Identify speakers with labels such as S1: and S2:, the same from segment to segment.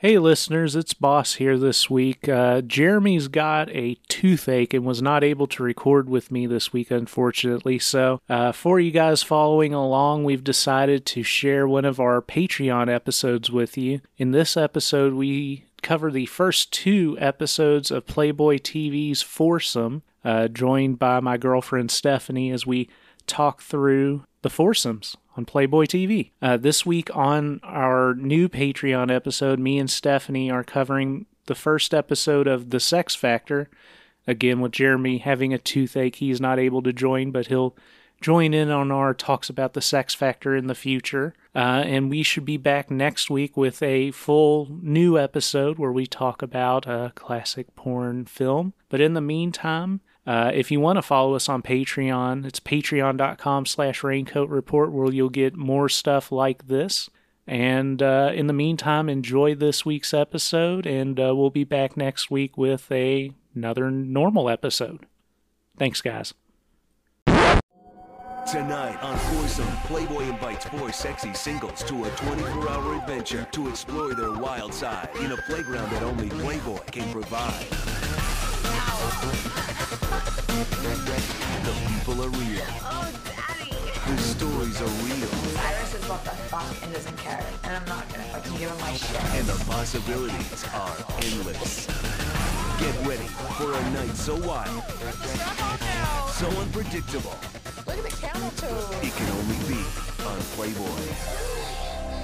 S1: Hey, listeners, it's Boss here this week. Uh, Jeremy's got a toothache and was not able to record with me this week, unfortunately. So, uh, for you guys following along, we've decided to share one of our Patreon episodes with you. In this episode, we cover the first two episodes of Playboy TV's Foursome, uh, joined by my girlfriend Stephanie as we talk through the foursomes on Playboy TV. Uh, this week on our new Patreon episode, me and Stephanie are covering the first episode of The Sex Factor. Again, with Jeremy having a toothache, he's not able to join, but he'll join in on our talks about the sex factor in the future. Uh, and we should be back next week with a full new episode where we talk about a classic porn film. But in the meantime, uh, if you want to follow us on Patreon, it's patreon.com slash raincoat report where you'll get more stuff like this. And uh, in the meantime, enjoy this week's episode, and uh, we'll be back next week with a, another normal episode. Thanks, guys.
S2: Tonight on Foursome, Playboy invites four sexy singles to a 24-hour adventure to explore their wild side in a playground that only Playboy can provide. The people are real.
S3: Oh, daddy.
S2: The stories are real.
S3: Cyrus is what the fuck and doesn't care. And I'm not gonna fucking give him my shit.
S2: And the possibilities are endless. Get ready for a night so wild, so unpredictable,
S3: Look at the camel toe.
S2: it can only be on Playboy.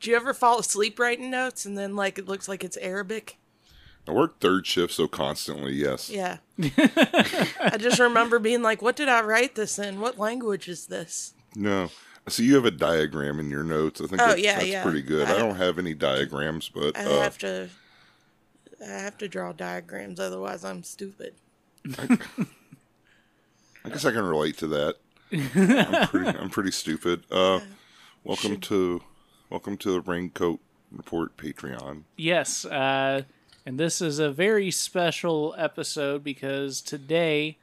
S4: Do you ever fall asleep writing notes and then like it looks like it's Arabic?
S5: I work third shift, so constantly, yes.
S4: Yeah. I just remember being like, what did I write this in? What language is this?
S5: No. So you have a diagram in your notes. I think
S4: Oh,
S5: that's,
S4: yeah,
S5: that's
S4: yeah.
S5: pretty good.
S4: I-
S5: I don't have any diagrams, but
S4: I
S5: uh,
S4: have to I have to draw diagrams, otherwise I'm stupid.
S5: I guess I can relate to that. I'm pretty, I'm pretty stupid. Uh, welcome to welcome to the Raincoat Report Patreon.
S1: Yes, uh, and this is a very special episode because today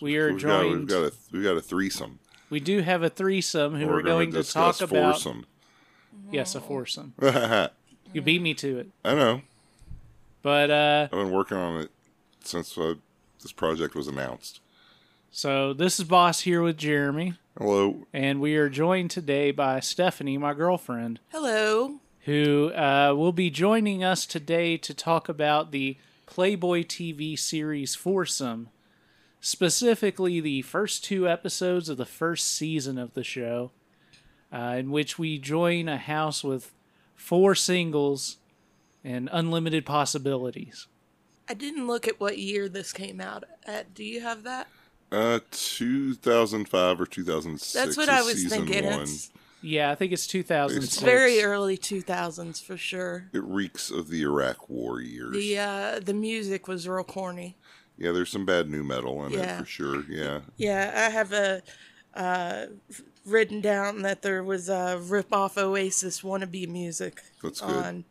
S1: we are
S5: We've got, we've
S1: joined.
S5: got a we've got a threesome.
S1: we do have a threesome who
S5: and
S1: we're
S5: gonna
S1: going to
S5: discuss
S1: talk about.
S5: foursome.
S1: Yes, a foursome.
S5: I
S1: You beat me to it,
S5: know.
S1: but uh,
S5: I've been working on it since uh, this project was announced.
S1: so this is Boss here with Jeremy,
S5: Hello.
S1: and we are joined today by Stephanie, my girlfriend,
S4: Hello.
S1: who uh, will be joining us today to talk about the Playboy TV series Foursome, specifically the first two episodes of the first season of the show, uh, in which we join a house with four singles and unlimited possibilities.
S4: I didn't look at what year this came out at. Do you have that?
S5: Uh, 2005 or 2006.
S4: That's what
S5: is
S4: I was
S5: season
S4: thinking.
S5: One.
S4: It's,
S1: Yeah, I think it's 2006.
S4: it's very early 2000s for sure.
S5: It reeks of the Iraq War years.
S4: The uh the music was real corny.
S5: yeah, there's some bad new metal in
S4: Yeah.
S5: it for sure. Yeah.
S4: Yeah, I have a uh, written down that there was a rip off Oasis wannabe music
S5: That's good.
S4: on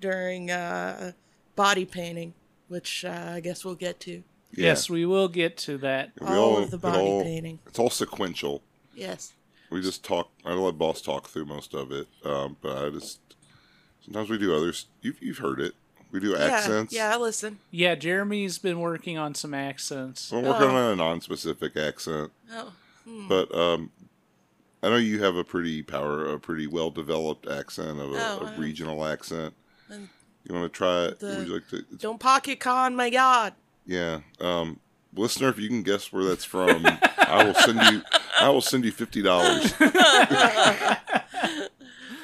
S4: during uh, body painting, which uh, I guess we'll get to.
S5: yeah.
S1: Yes, we will get to that.
S5: We
S4: all of the
S5: it
S4: body painting.
S5: It's all sequential.
S4: Yes.
S5: We just talk. I let boss talk through most of it, um, but I just sometimes we do others. You've you've heard it. We do accents.
S4: Yeah, yeah, I listen.
S1: Yeah, Jeremy's been working on some accents.
S5: I'm working on a non-specific accent,
S4: Oh,
S5: but um, I know you have a pretty power, a pretty well-developed accent of a,
S4: Oh,
S5: a
S4: wow.
S5: regional accent.
S4: And-
S5: You want to try it?
S4: The-
S5: Would you like to? it's
S4: don't pocket con my god.
S5: Yeah. Um, listener, if you can guess where that's from, I will send you. I will send you fifty dollars.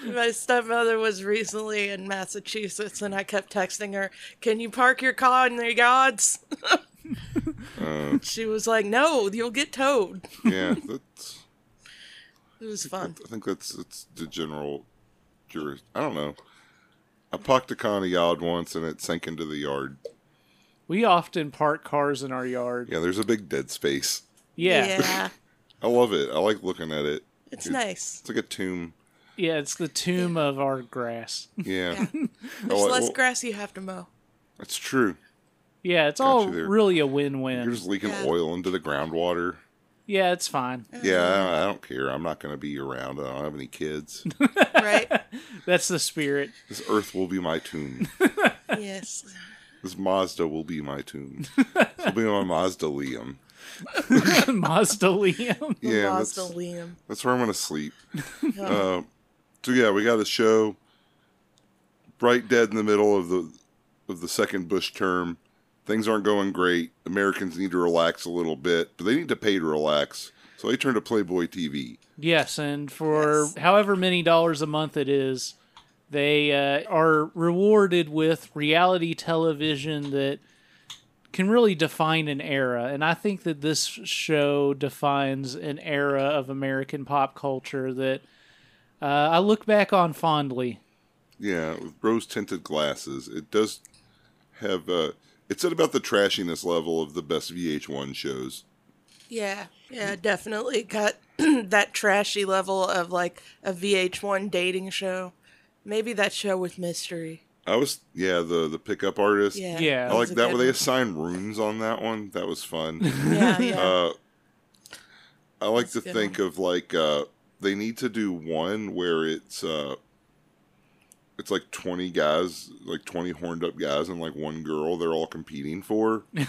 S4: My stepmother was recently in Massachusetts, and I kept texting her, "Can you park your car in the yards?"
S5: Uh.
S4: she was like, "No, you'll get towed."
S5: Yeah, that's.
S4: It was fun.
S5: I think that's it's the general. Juris, I don't know. I parked a con a yard once and it sank into the yard.
S1: We often park cars in our yard.
S5: Yeah, there's a big dead space.
S1: yeah.
S5: I love it. I like looking at it.
S4: It's nice.
S5: It's like a tomb.
S1: Yeah, it's the tomb of our grass.
S5: Yeah.
S4: There's less
S5: well,
S4: grass you have to mow.
S5: That's true.
S1: Yeah, it's all
S5: you there.
S1: really a
S5: You're
S1: win-win.
S5: just leaking
S4: Yeah.
S5: oil into the groundwater.
S1: Yeah, it's fine.
S5: Yeah, I, I don't care. I'm not going to be around. I don't have any kids.
S4: right?
S1: That's the spirit.
S5: this earth will be my tomb.
S4: yes.
S5: This Mazda will be my tomb. This will be my Mausoleum.
S1: Mausoleum.
S5: Yeah,
S4: Mazda
S5: that's,
S4: Liam.
S5: that's where I'm going to sleep. uh, so yeah, we got a show right dead in the middle of the of the second Bush term. Things aren't going great. Americans need to relax a little bit, but they need to pay to relax. So they turn to Playboy TV.
S1: Yes, and for
S4: Yes.
S1: however many dollars a month it is, they uh, are rewarded with reality television that can really define an era. And I think that this show defines an era of American pop culture that uh, I look back on fondly.
S5: Yeah, with rose tinted glasses. It does have uh it's at about the trashiness level of the best VH1 shows.
S4: Yeah, yeah, definitely got that trashy level of like a VH1 dating show. Maybe that show with mystery.
S5: I was yeah, the the pickup artist.
S4: Yeah,
S1: Yeah.
S5: I
S1: that
S5: like
S4: was a
S5: that
S4: good
S5: where they
S4: one.
S5: assign runes on that one. That was fun.
S4: Yeah, yeah.
S5: Uh, I like to
S4: a good
S5: think of like uh, they need to do one where it's uh, it's like twenty guys, like twenty horned up guys, and like one girl. They're all competing for. uh,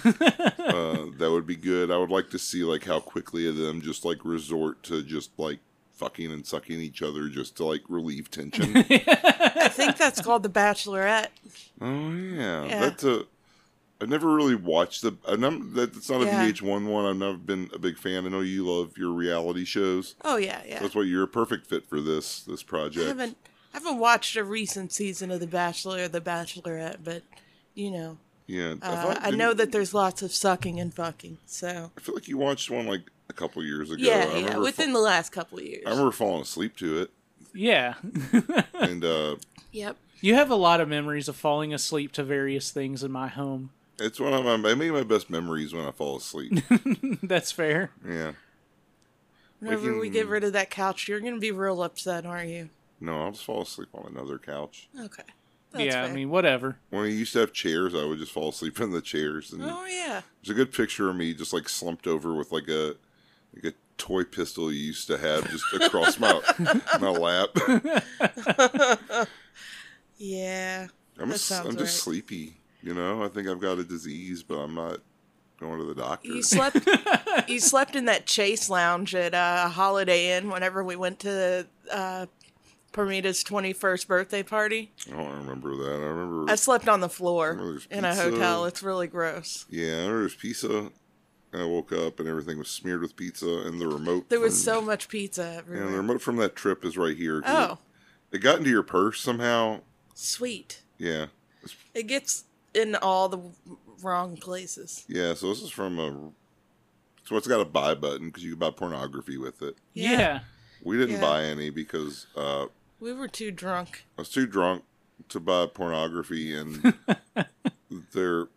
S5: that would be good. I would like to see like how quickly of them just like resort to just like fucking and sucking each other just to like relieve tension.
S4: I think that's called The Bachelorette.
S5: Oh yeah,
S4: Yeah.
S5: that's a. I've never really watched the. I'm not, that- that's not a
S4: Yeah.
S5: VH1 one. I've never been a big fan. I know you love your reality shows.
S4: Oh yeah, yeah.
S5: That's why you're a perfect fit for this this
S4: I
S5: project.
S4: haven't I haven't watched a recent season of The Bachelor or The Bachelorette, but you know,
S5: yeah,
S4: uh, I,
S5: thought- didn't-
S4: know that there's lots of sucking and fucking. So
S5: I feel like you watched one like a couple years ago.
S4: yeah,
S5: I
S4: yeah.
S5: remember
S4: Within
S5: fa-
S4: the last couple of years.
S5: I remember falling asleep to it,
S1: Yeah.
S5: and uh,
S4: Yep.
S1: You have a lot of memories of falling asleep to various things in my home.
S5: it's one of my I make my best memories when I fall asleep.
S1: That's fair.
S5: yeah,
S4: Whenever we
S5: can-
S4: get rid of that couch, you're gonna be real upset, aren't you?
S5: no, I'll just fall asleep on another couch.
S4: Okay. That's
S1: yeah, I
S4: fair.
S1: mean, whatever.
S5: When I used to have chairs, I would just fall asleep in the chairs. And
S4: Oh yeah.
S5: There's a good picture of me just like slumped over with like a like a toy pistol you used to have just across my my lap.
S4: Yeah.
S5: I'm
S4: That
S5: s-
S4: sounds
S5: I'm just
S4: right.
S5: sleepy, you know. I think I've got a disease, but I'm not going to the doctor.
S4: You slept. you slept in that Chase Lounge at uh, Holiday Inn whenever we went to uh, Permita's twenty-first birthday party.
S5: I don't remember that. I remember.
S4: I slept on the
S5: Well,
S4: floor
S5: there's
S4: in a
S5: pizza.
S4: hotel. It's really gross.
S5: yeah, I remember it was pizza. And I woke up and everything was smeared with pizza, and the remote.
S4: There was
S5: from-
S4: so much pizza
S5: Yeah, the
S4: everywhere.
S5: remote from that trip is right here. 'cause
S4: oh,
S5: It, it got into your purse somehow.
S4: sweet!
S5: Yeah,
S4: It gets in all the wrong places.
S5: yeah. So this is from a. So it's got a buy button because you can buy pornography with it.
S1: Yeah.
S5: We didn't
S4: Yeah.
S5: buy any because uh, I
S4: We were too drunk.
S5: was too drunk to buy pornography, and their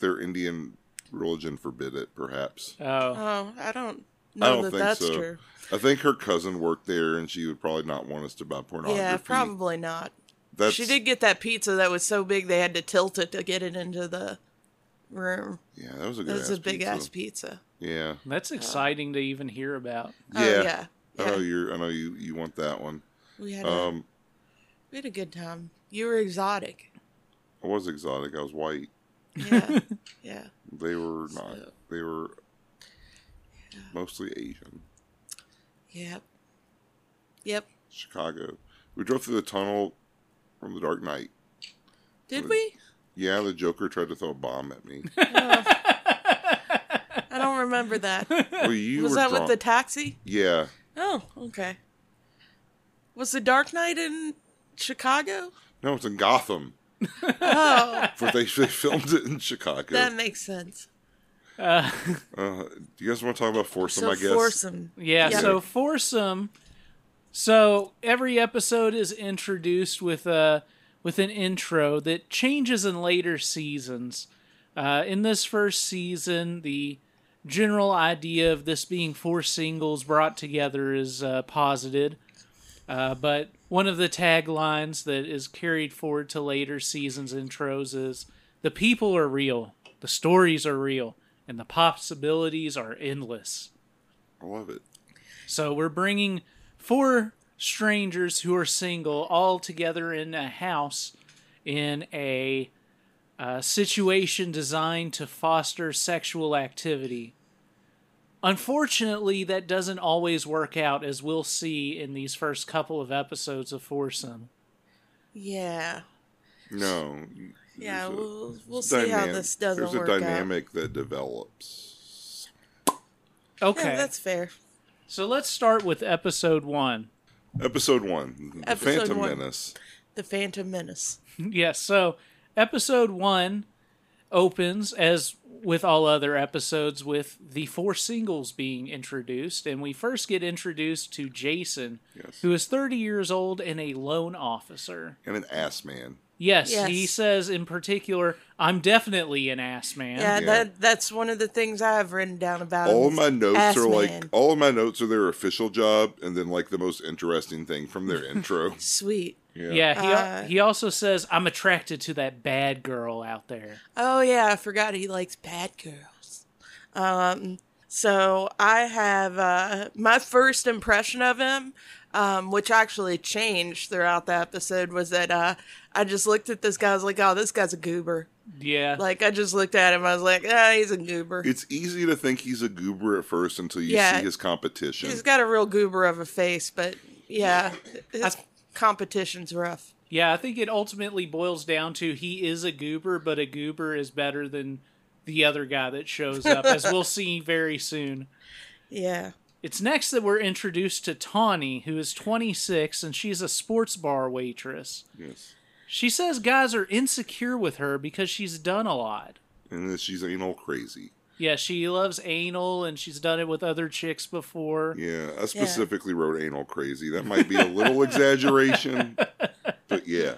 S5: their Indian religion forbid it. Perhaps
S1: Oh,
S4: Oh, I don't know
S5: I don't
S4: that
S5: think
S4: that's
S5: so.
S4: true.
S5: I think her cousin worked there, and she would probably not want us to buy pornography.
S4: Yeah, probably not.
S5: That's,
S4: She did get that pizza that was so big they had to tilt it to get it into the room.
S5: Yeah, that was a good.
S4: That was
S5: ass
S4: a big
S5: pizza.
S4: ass pizza.
S5: Yeah,
S4: uh.
S1: that's exciting to even hear about.
S4: Oh,
S5: Yeah.
S4: yeah.
S5: I know
S4: Yeah.
S5: you. I know you. You want that one.
S4: We had a,
S5: Um,
S4: we had a good time. You were exotic.
S5: I was exotic. I was white.
S4: Yeah. yeah.
S5: They were not. They were mostly Asian.
S4: Yep. Yep.
S5: Chicago. We drove through the tunnel from the Dark Knight.
S4: Did we?
S5: Yeah, the Joker tried to throw a bomb at me.
S4: I don't remember that.
S5: Well, you
S4: was
S5: were
S4: that
S5: drunk.
S4: with the taxi?
S5: yeah,
S4: Oh, okay. Was the Dark Knight in Chicago?
S5: no, it's in Gotham,
S4: Oh,
S5: but they, they filmed it in Chicago.
S4: that makes sense.
S5: Uh, do you guys want to talk about foursome?
S4: So
S5: I guess
S4: foursome.
S1: Yeah,
S4: Yeah.
S1: so foursome. So every episode is introduced with a with an intro that changes in later seasons. Uh, in this first season, the general idea of this being four singles brought together is uh, posited, uh, but one of the taglines that is carried forward to later seasons intros is "The people are real, the stories are real, and the possibilities are endless."
S5: I love it.
S1: So we're bringing four strangers who are single all together in a house in a uh, situation designed to foster sexual activity. Unfortunately, that doesn't always work out, as we'll see in these first couple of episodes of Foursome.
S4: Yeah.
S5: No.
S4: Yeah,
S5: there's a-
S4: we'll, we'll
S5: there's
S4: see how
S5: dynam-
S4: this doesn't
S5: There's a
S4: work out.
S5: dynamic that develops.
S1: Okay,
S4: Yeah, that's fair.
S1: so let's start with episode one.
S5: Episode one, The
S4: Episode
S5: Phantom
S4: one.
S5: Menace.
S4: The Phantom Menace.
S1: Yes. So episode one opens as with all other episodes with the four singles being introduced, and we first get introduced to Jason,
S5: Yes.
S1: who is 30 years old and a loan officer.
S5: and an ass man.
S1: Yes,
S4: Yes.
S1: he says in particular, "I'm definitely an ass man."
S4: Yeah,
S5: Yeah.
S4: that that's one of the things I have written down about him
S5: all of
S4: is
S5: my notes
S4: ass
S5: are like
S4: man.
S5: all of my notes are their official job, and then like the most interesting thing from their intro.
S4: sweet.
S1: Yeah, he
S4: Uh,
S1: he also says, "I'm attracted to that bad girl out there."
S4: Oh yeah, I forgot he likes bad girls. Um, so I have uh, my first impression of him, um, which actually changed throughout the episode, was that uh, I just looked at this guy. I was like, "Oh, this guy's a goober."
S1: Yeah,
S4: Like I just looked at him. I was like, "Ah, he's a goober.
S5: It's easy to think he's a goober at first until you
S4: Yeah.
S5: see his competition.
S4: He's got a real goober of a face." But yeah, his competition's rough.
S1: Yeah, I think it ultimately boils down to he is a goober, but a goober is better than the other guy that shows up, as we'll see very soon.
S4: Yeah.
S1: It's next that we're introduced to Tawny, who is 26 and she's a sports bar waitress.
S5: yes.
S1: She says guys are insecure with her because she's done a lot.
S5: And then she's anal crazy.
S1: Yeah, she loves anal and she's done it with other chicks before.
S5: Yeah, I specifically wrote anal crazy. That might be a little exaggeration, but yeah,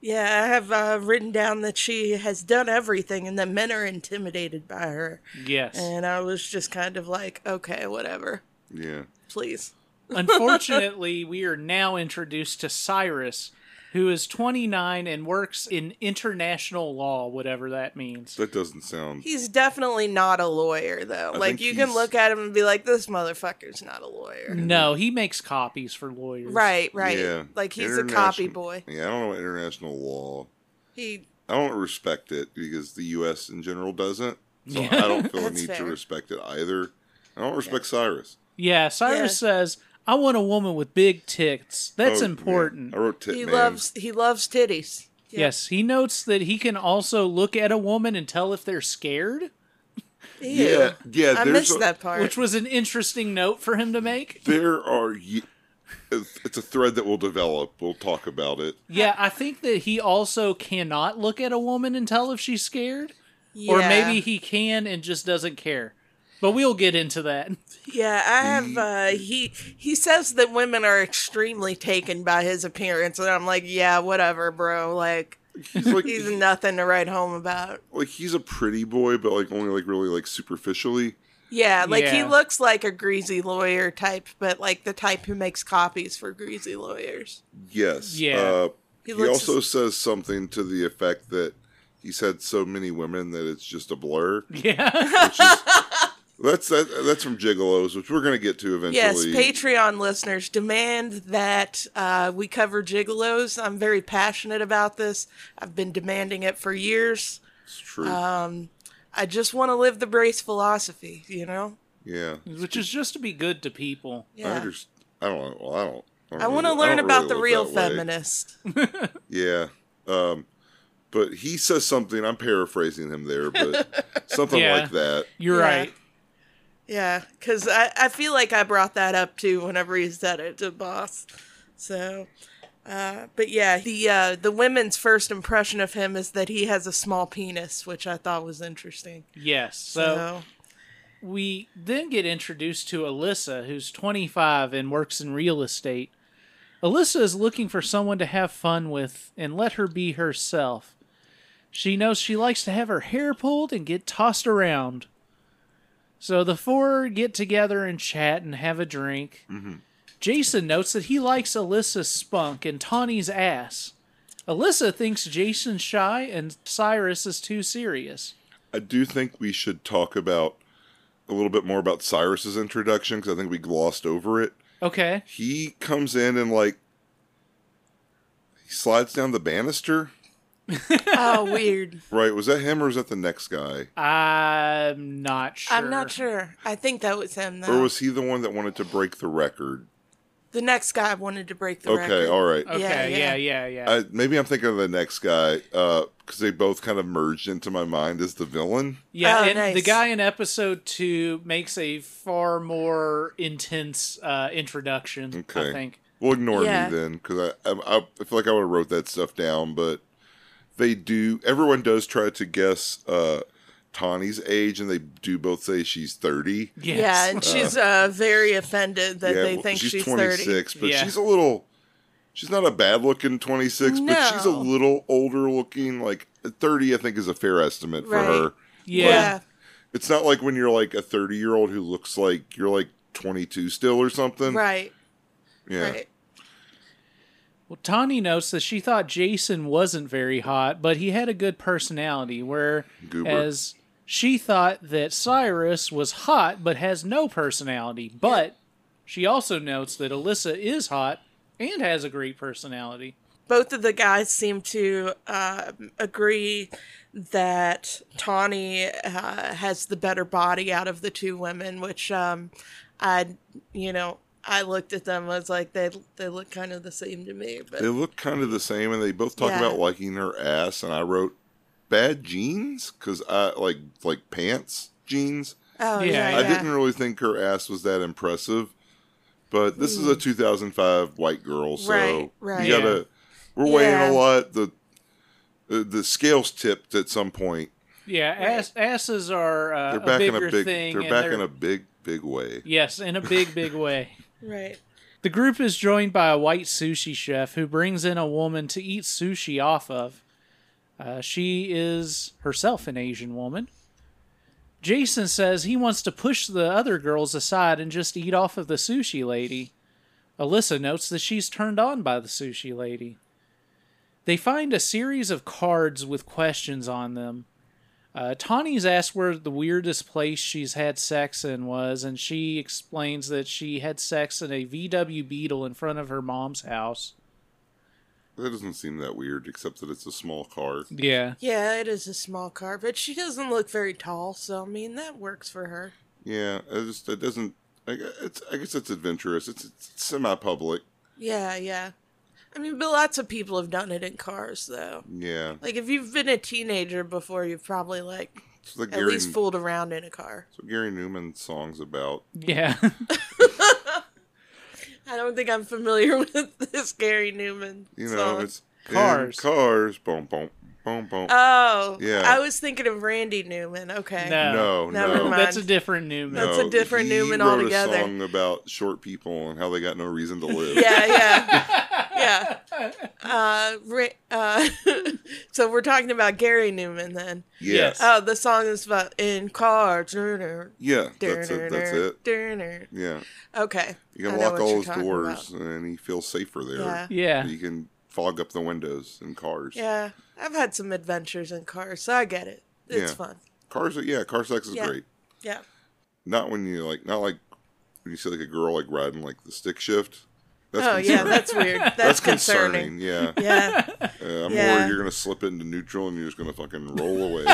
S4: Yeah, I have uh, written down that she has done everything and that men are intimidated by her.
S1: Yes.
S4: And I was just kind of like, okay, whatever.
S5: yeah.
S4: Please.
S1: Unfortunately, we are now introduced to Cyrus, who is 29 and works in international law, whatever that means.
S5: That doesn't sound.
S4: He's definitely not a lawyer, though.
S5: I
S4: like,
S5: think
S4: you can
S5: he's-
S4: look at him and be like, this motherfucker's not a lawyer.
S1: No, he makes copies for lawyers.
S4: Right, right.
S5: Yeah,
S4: Like, he's a
S5: Internation-
S4: copy boy.
S5: Yeah, I don't know what international law.
S4: He,
S5: I don't respect it because the U.S. in general doesn't. So
S1: Yeah.
S5: I don't feel a
S4: That's
S5: need to
S4: fair.
S5: respect it either. I don't respect Cyrus.
S1: Yeah, Cyrus says, I want a woman with big tits. That's
S5: Oh, yeah.
S1: important.
S5: I wrote tit
S4: he
S5: man.
S4: loves he loves titties. Yeah.
S1: Yes, he notes that he can also look at a woman and tell if they're scared,
S4: Ew.
S5: Yeah, yeah.
S4: I
S5: there's
S4: missed
S5: a-
S4: that part.
S1: which was an interesting note for him to make.
S5: There are. ye- It's a thread that will develop. We'll talk about it.
S1: Yeah, I think that he also cannot look at a woman and tell if she's scared.
S4: yeah.
S1: Or maybe he can and just doesn't care. But we'll get into that.
S4: Yeah, I have. Uh, he he says that women are extremely taken by his appearance, and I'm like, yeah, whatever, bro. Like
S5: He's like
S4: he's nothing to write home about.
S5: like he's a pretty boy, but like only like really like superficially.
S4: Yeah, like he
S1: Yeah.
S4: looks like a greasy lawyer type, but like the type who makes copies for greasy lawyers.
S5: Yes.
S1: Yeah.
S5: Uh,
S4: He
S5: he
S4: looks-
S5: also says something to the effect that he's had so many women that it's just a blur.
S1: Yeah.
S5: Which is, that's that, that's from Gigolos, which we're gonna get to eventually.
S4: Yes, Patreon listeners demand that uh, we cover gigolos. I'm very passionate about this. I've been demanding it for years.
S5: It's true.
S4: Um, I just want to live the brace philosophy, you know.
S5: yeah.
S1: Which is just to be good to people.
S5: I
S4: Yeah.
S5: understand. I don't know. Well, I don't. I,
S4: I want to learn about the real feminist.
S5: Yeah. Um, but he says something. I'm paraphrasing him there, but something
S1: Yeah.
S5: like that.
S1: You're
S4: Yeah.
S1: right.
S4: Yeah, because I, I feel like I brought that up too whenever he said it to boss. So, uh, but yeah, the uh, the women's first impression of him is that he has a small penis, which I thought was interesting.
S1: Yes. So,
S4: So,
S1: we then get introduced to Alyssa, who's 25 and works in real estate. Alyssa is looking for someone to have fun with and let her be herself. She knows she likes to have her hair pulled and get tossed around. So the four get together and chat and have a drink. Jason notes that he likes Alyssa's spunk and Tawny's ass. Alyssa thinks Jason's shy and Cyrus is too serious.
S5: I do think we should talk about a little bit more about Cyrus's introduction because I think we glossed over it.
S1: Okay.
S5: He comes in and like he slides down the banister.
S4: oh, weird.
S5: Right? Was that him or was that the next guy?
S1: I'm not sure.
S4: I'm not sure. I think that was him though.
S5: Or was he the one that wanted to break the record?
S4: the next guy wanted to break the
S5: okay, oh,
S4: record.
S5: all right.
S1: Okay.
S4: Yeah,
S1: Yeah. Yeah.
S4: yeah.
S1: Yeah.
S5: I, maybe I'm thinking of the next guy because they both kind of merged into my mind as the villain.
S1: Yeah,
S4: Oh,
S1: and
S4: nice.
S1: the guy in episode two makes a far more intense uh, introduction. I
S5: Okay.
S1: think.
S5: Well, ignore
S4: Yeah.
S5: me then because I, I I feel like I would have wrote that stuff down, but they do. Everyone does try to guess uh, Tawny's age, and they do both say she's thirty.
S1: Yes.
S4: Yeah, and she's uh, very offended that they
S5: well,
S4: think she's, 30.
S5: 26, but
S1: Yeah.
S5: she's a little. She's not a bad looking 26, but she's a
S4: No.
S5: little older looking. Like 30, I think, is a fair estimate for
S4: Right.
S5: her.
S1: Yeah.
S4: Yeah.
S5: It's not like when you're like a 30 year old who looks like you're like 22 still or something.
S4: Right.
S5: Yeah.
S4: Right.
S1: Well, Tawny notes that she thought Jason wasn't very hot, but he had a good personality. Whereas
S5: Goober.
S1: she thought that Cyrus was hot but has no personality. But she also notes that Alyssa is hot and has a great personality.
S4: Both of the guys seem to uh, agree that Tawny uh, has the better body out of the two women, which um, I, you know, I looked at them was like they they look kind of the same to me, but
S5: They look kind of the same, and they both talk
S4: Yeah.
S5: about liking her ass. And I wrote bad jeans because I like like pants jeans.
S4: oh
S1: Yeah,
S4: yeah,
S1: yeah.
S5: I didn't really think her ass was that impressive, but this is a 2005 white girl,
S4: Hmm.
S5: so
S4: Right, right.
S5: you gotta. We're weighing
S4: Yeah.
S5: a lot. The uh, the scales tipped at some point.
S1: Yeah, ass, asses are uh,
S5: They're back
S1: a
S5: in
S1: bigger
S5: a big.
S1: thing.
S5: They're
S1: and
S5: back in a big big way.
S1: yes, in a big, big way.
S4: right.
S1: The group is joined by a white sushi chef who brings in a woman to eat sushi off of. Uh, she is herself an Asian woman. Jason says he wants to push the other girls aside and just eat off of the sushi lady. Alyssa notes that she's turned on by the sushi lady. They find a series of cards with questions on them. Uh, Tawny's asked where the weirdest place she's had sex in was, and she explains that she had sex in a VW Beetle in front of her mom's house.
S5: That doesn't seem that weird, except that it's a small car.
S1: Yeah.
S4: Yeah, it is a small car, but she doesn't look very tall, so I mean that works for her.
S5: Yeah, I just it doesn't. I gu- it's, I guess it's adventurous. It's, it's semi-public.
S4: Yeah, yeah. I mean, but lots of people have done it in cars, though.
S5: Yeah,
S4: Like if you've been a teenager before, you've probably like
S5: it's like
S4: at
S5: Gary.
S4: least fooled around in a car.
S5: so Gary Newman's songs about.
S1: Yeah.
S4: I don't think I'm familiar with this Gary Newman.
S5: You know,
S4: song.
S5: it's in
S1: Cars.
S5: Cars. Boom, boom, boom, boom.
S4: oh
S5: Yeah.
S4: I was thinking of Randy Newman. Okay.
S1: No.
S5: no,
S4: Never
S5: no.
S4: mind.
S1: That's a different Newman.
S4: That's a different
S5: he
S4: Newman
S5: wrote
S4: altogether.
S5: A song about short people and how they got no reason to live.
S4: Yeah, yeah, yeah. Uh, Ra- uh, so we're talking about Gary Newman then.
S5: Yes.
S4: Oh, the song is about in cars. That's
S5: yeah, that's it. That's it. Yeah.
S4: Okay.
S5: You
S4: I
S5: can
S4: know
S5: lock
S4: what
S5: all
S4: you're
S5: those
S4: talking
S5: doors
S4: about.
S5: and he feels safer there.
S4: Yeah.
S1: Yeah.
S5: You can fog up the windows in cars.
S4: Yeah, I've had some adventures in cars, so I get it. It's
S5: Yeah.
S4: fun.
S5: Cars, are- yeah, car sex is
S4: Yeah.
S5: great.
S4: Yeah.
S5: Not when you like, not like when you see like a girl like riding like the stick shift. That's
S4: oh yeah,
S5: concerning.
S4: that's weird. That's,
S5: That's
S4: concerning.
S5: Yeah.
S4: Yeah.
S5: Uh, I'm
S4: Yeah.
S5: worried you're going to slip into neutral and you're just going to fucking roll away.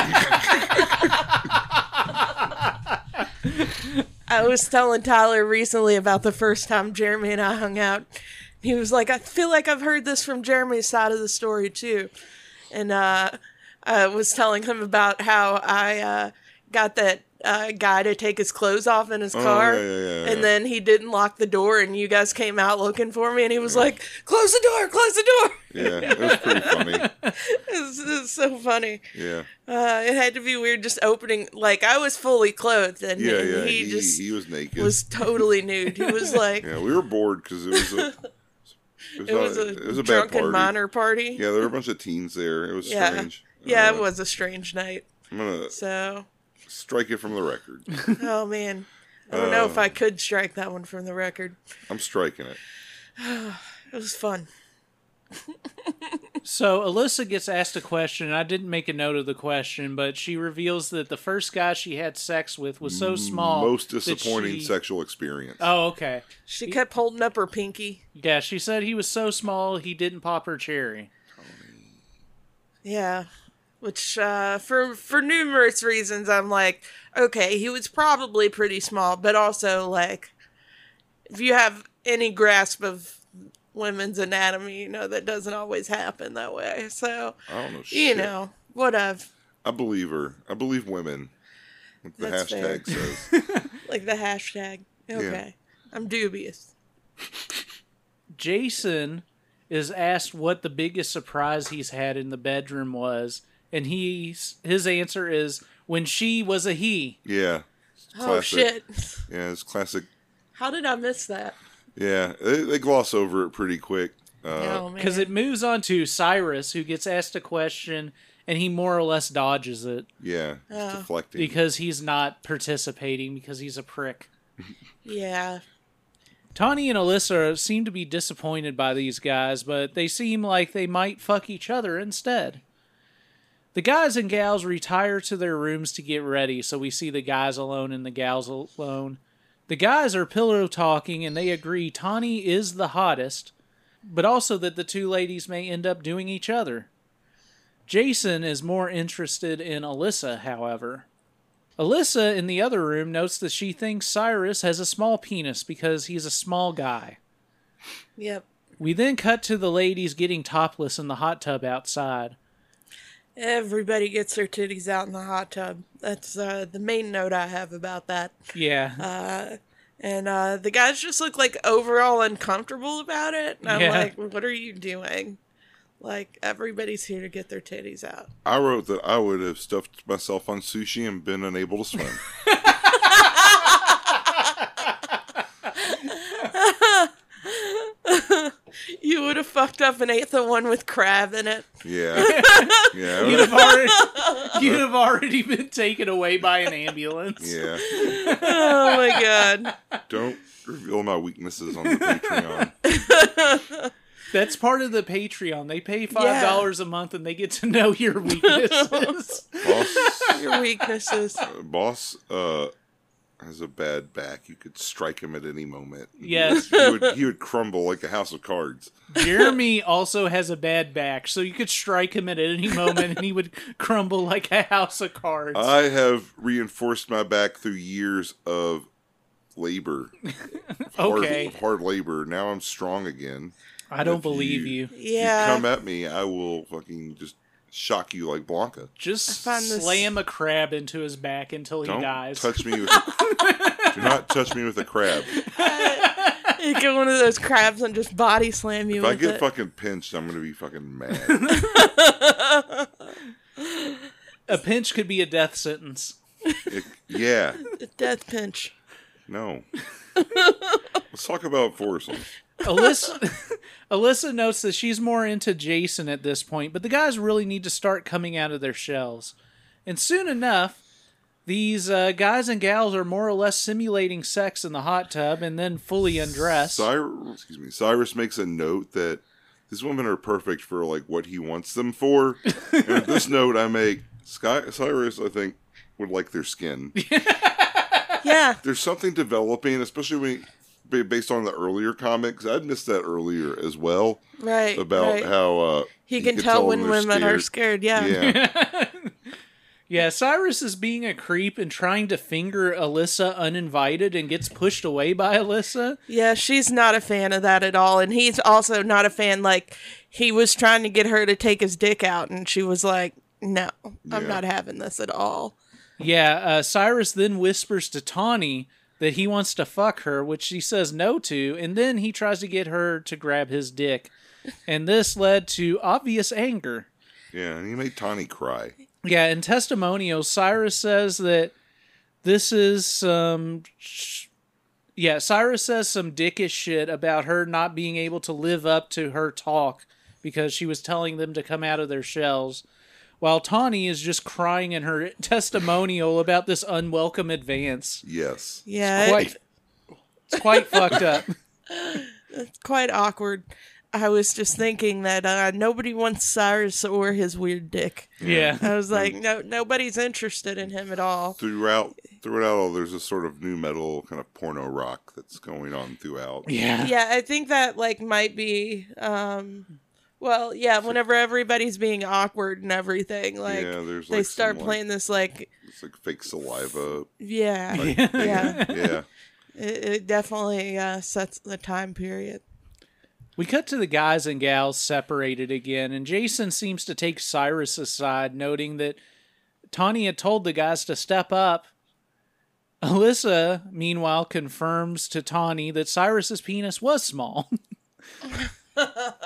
S4: I was telling Tyler recently about the first time Jeremy and I hung out. He was like, I feel like I've heard this from Jeremy's side of the story too. And uh, I was telling him about how I uh, got that uh, guy to take his clothes off in his car.
S5: Oh, yeah, yeah, yeah, yeah.
S4: And then he didn't lock the door, and you guys came out looking for me, and he was like, Close the door, close the door.
S5: yeah. It was pretty funny.
S4: It's, it's so funny.
S5: Yeah.
S4: Uh, it had to be weird just opening. Like I was fully clothed, and,
S5: Yeah,
S4: and
S5: yeah.
S4: he,
S5: He,
S4: just
S5: he was naked.
S4: was totally nude. He was like,
S5: Yeah, we were bored because it was a it was,
S4: it was
S5: not-
S4: a,
S5: it was a bad
S4: drunken
S5: party.
S4: minor party.
S5: Yeah, there were a bunch of teens there. It was
S4: Yeah.
S5: strange.
S4: Yeah,
S5: Uh,
S4: it was a strange night.
S5: I'm gonna
S4: So,
S5: strike it from the record.
S4: oh man, I don't know if
S5: um,
S4: I could strike that one from the record.
S5: I'm striking it.
S4: It was fun.
S1: So Alyssa gets asked a question, and I didn't make a note of the question, but she reveals that the first guy she had sex with was so small.
S5: Most
S1: Oh, that
S5: disappointing
S1: she-
S5: sexual experience.
S1: Oh, okay.
S4: She kept holding up her pinky.
S1: Yeah, she said he was so small he didn't pop her cherry.
S4: Yeah. Which uh for for numerous reasons I'm like, okay, he was probably pretty small, but also like if you have any grasp of women's anatomy, you know that doesn't always happen that way. So,
S5: I don't know.
S4: you
S5: Shit.
S4: know, what of
S5: I believe her. I believe women. Like the
S4: That's
S5: hashtag
S4: fair.
S5: says.
S4: like the hashtag. Okay. I'm dubious.
S1: Jason is asked what the biggest surprise he's had in the bedroom was, and he's his answer is when she was a he.
S5: Yeah.
S4: Oh
S5: Classic.
S4: shit.
S5: Yeah, it's classic.
S4: How did I miss that?
S5: Yeah, they, they gloss over it pretty quick. Uh,
S4: oh man.
S1: Because it moves on to Cyrus, who gets asked a question, and he more or less dodges it
S5: Yeah, it's
S4: Uh,
S5: deflecting.
S1: because he's not participating because he's a prick.
S4: yeah.
S1: Tawny and Alyssa seem to be disappointed by these guys, but they seem like they might fuck each other instead. The guys and gals retire to their rooms to get ready, so we see the guys alone and the gals alone. The guys are pillow talking, and they agree Tawny is the hottest, but also that the two ladies may end up doing each other. Jason is more interested in Alyssa, however. Alyssa in the other room notes that she thinks Cyrus has a small penis because he's a small guy.
S4: Yep.
S1: We then cut to the ladies getting topless in the hot tub outside.
S4: Everybody gets their titties out in the hot tub. That's uh, the main note I have about that.
S1: Yeah.
S4: And uh, the guys just look like overall uncomfortable about it. And I'm
S1: Yeah.
S4: like, what are you doing? Like, everybody's here to get their titties out.
S5: I wrote that I would have stuffed myself on sushi and been unable to swim.
S4: You would have fucked up and ate the one with crab in it.
S5: yeah, yeah, I
S1: you'd,
S5: would
S1: have
S5: have-
S1: already, you'd have already been taken away by an ambulance.
S5: yeah.
S4: Oh my god.
S5: Don't reveal my weaknesses on the Patreon.
S1: That's part of the Patreon. They pay five dollars a month and they get to know your weaknesses.
S5: Boss,
S4: Your weaknesses.
S5: boss, uh, has a bad back. You could strike him at any moment.
S1: Yes.
S5: he would, he would crumble like a house of cards.
S1: Jeremy also has a bad back, so you could strike him at any moment and he would crumble like a house of cards.
S5: I have reinforced my back through years of labor, hard,
S1: okay.
S5: hard labor. Now I'm strong again.
S1: I don't
S5: if
S1: believe
S5: you-
S1: you.
S5: You
S4: Yeah.
S5: come at me, I will fucking just shock you like Blanca.
S1: Just
S4: I find this-
S1: slam a crab into his back until he
S5: Don't
S1: dies.
S5: touch me with. do not touch me with a crab.
S4: You get one of those crabs and just body slam you
S5: If I
S4: with
S5: get
S4: it.
S5: fucking pinched, I'm gonna be fucking mad.
S1: a pinch could be a death sentence.
S5: It- yeah.
S4: Death pinch.
S5: No. Let's talk about foursomes.
S1: Alyssa, Alyssa notes that she's more into Jason at this point, but the guys really need to start coming out of their shells. And soon enough, these uh, guys and gals are more or less simulating sex in the hot tub and then fully undressed.
S5: Cyrus, excuse me. Cyrus makes a note that these women are perfect for like what he wants them for. and at this note, I make Sky, Cyrus. I think would like their skin.
S4: Yeah.
S5: There's something developing, especially when. ba- Based on the earlier comics, I'd missed that earlier as well.
S4: Right.
S5: about
S4: right.
S5: how uh,
S4: He
S5: you
S4: can tell when
S5: they're
S4: women are scared. Yeah.
S5: Yeah,
S1: yeah, Cyrus is being a creep and trying to finger Alyssa uninvited and gets pushed away by Alyssa.
S4: Yeah, she's not a fan of that at all. And he's also not a fan. Like, he was trying to get her to take his dick out, and she was like, no,
S5: Yeah.
S4: I'm not having this at all.
S1: Yeah, uh, Cyrus then whispers to Tawny that he wants to fuck her, which she says no to, and then he tries to get her to grab his dick. And this led to obvious anger.
S5: yeah, and he made Tawny cry.
S1: Yeah, in testimonials, Cyrus says that this is some. Yeah, Cyrus says some dickish shit about her not being able to live up to her talk because she was telling them to come out of their shells, while Tawny is just crying in her testimonial about this unwelcome advance.
S5: Yes,
S4: Yeah,
S1: Quite, it's quite fucked up.
S4: it's quite awkward. I was just thinking that uh, nobody wants Cyrus or his weird dick.
S5: Mm,
S1: Yeah.
S4: I was like, no, nobody's interested in him at all.
S5: Throughout throughout all there's a sort of new metal kind of porno rock that's going on throughout.
S1: Yeah.
S4: Yeah, I think that like might be. um Well, yeah, whenever everybody's being awkward and everything, like
S5: Yeah, there's,
S4: they
S5: like, some,
S4: start
S5: like-
S4: playing this like,
S5: It's like fake saliva.
S4: yeah,
S5: Yeah.
S4: yeah,
S5: Yeah.
S4: it, it definitely uh, sets the time period.
S1: We cut to the guys and gals separated again, and Jason seems to take Cyrus aside, noting that Tawny had told the guys to step up. Alyssa, meanwhile, confirms to Tawny that Cyrus's penis was small.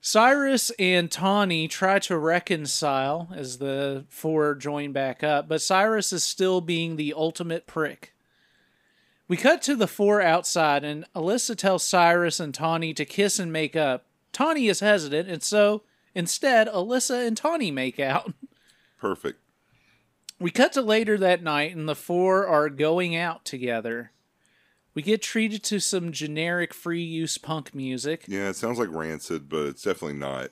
S1: Cyrus and Tawny try to reconcile as the four join back up, but Cyrus is still being the ultimate prick. We cut to the four outside, and Alyssa tells Cyrus and Tawny to kiss and make up. Tawny is hesitant, and so instead, Alyssa and Tawny make out.
S5: Perfect.
S1: We cut to later that night, and the four are going out together. We get treated to some generic free use punk music,
S5: Yeah, it sounds like rancid, but it's definitely not.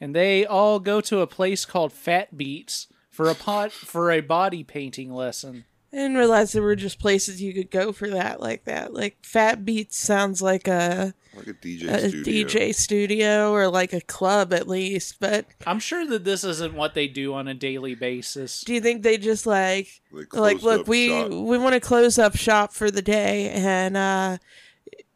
S1: and they all go to a place called Fat Beats for a pot for a body painting lesson.
S4: I didn't realize there were just places you could go for that like that. Like Fat Beats sounds like a,
S5: Like a DJ
S4: a
S5: studio.
S4: DJ studio or like a club at least. But
S1: I'm sure that this isn't what they do on a daily basis.
S4: do you think they just like
S5: They
S4: like
S5: closed
S4: look
S5: up
S4: we
S5: shop.
S4: we want to close up shop for the day and uh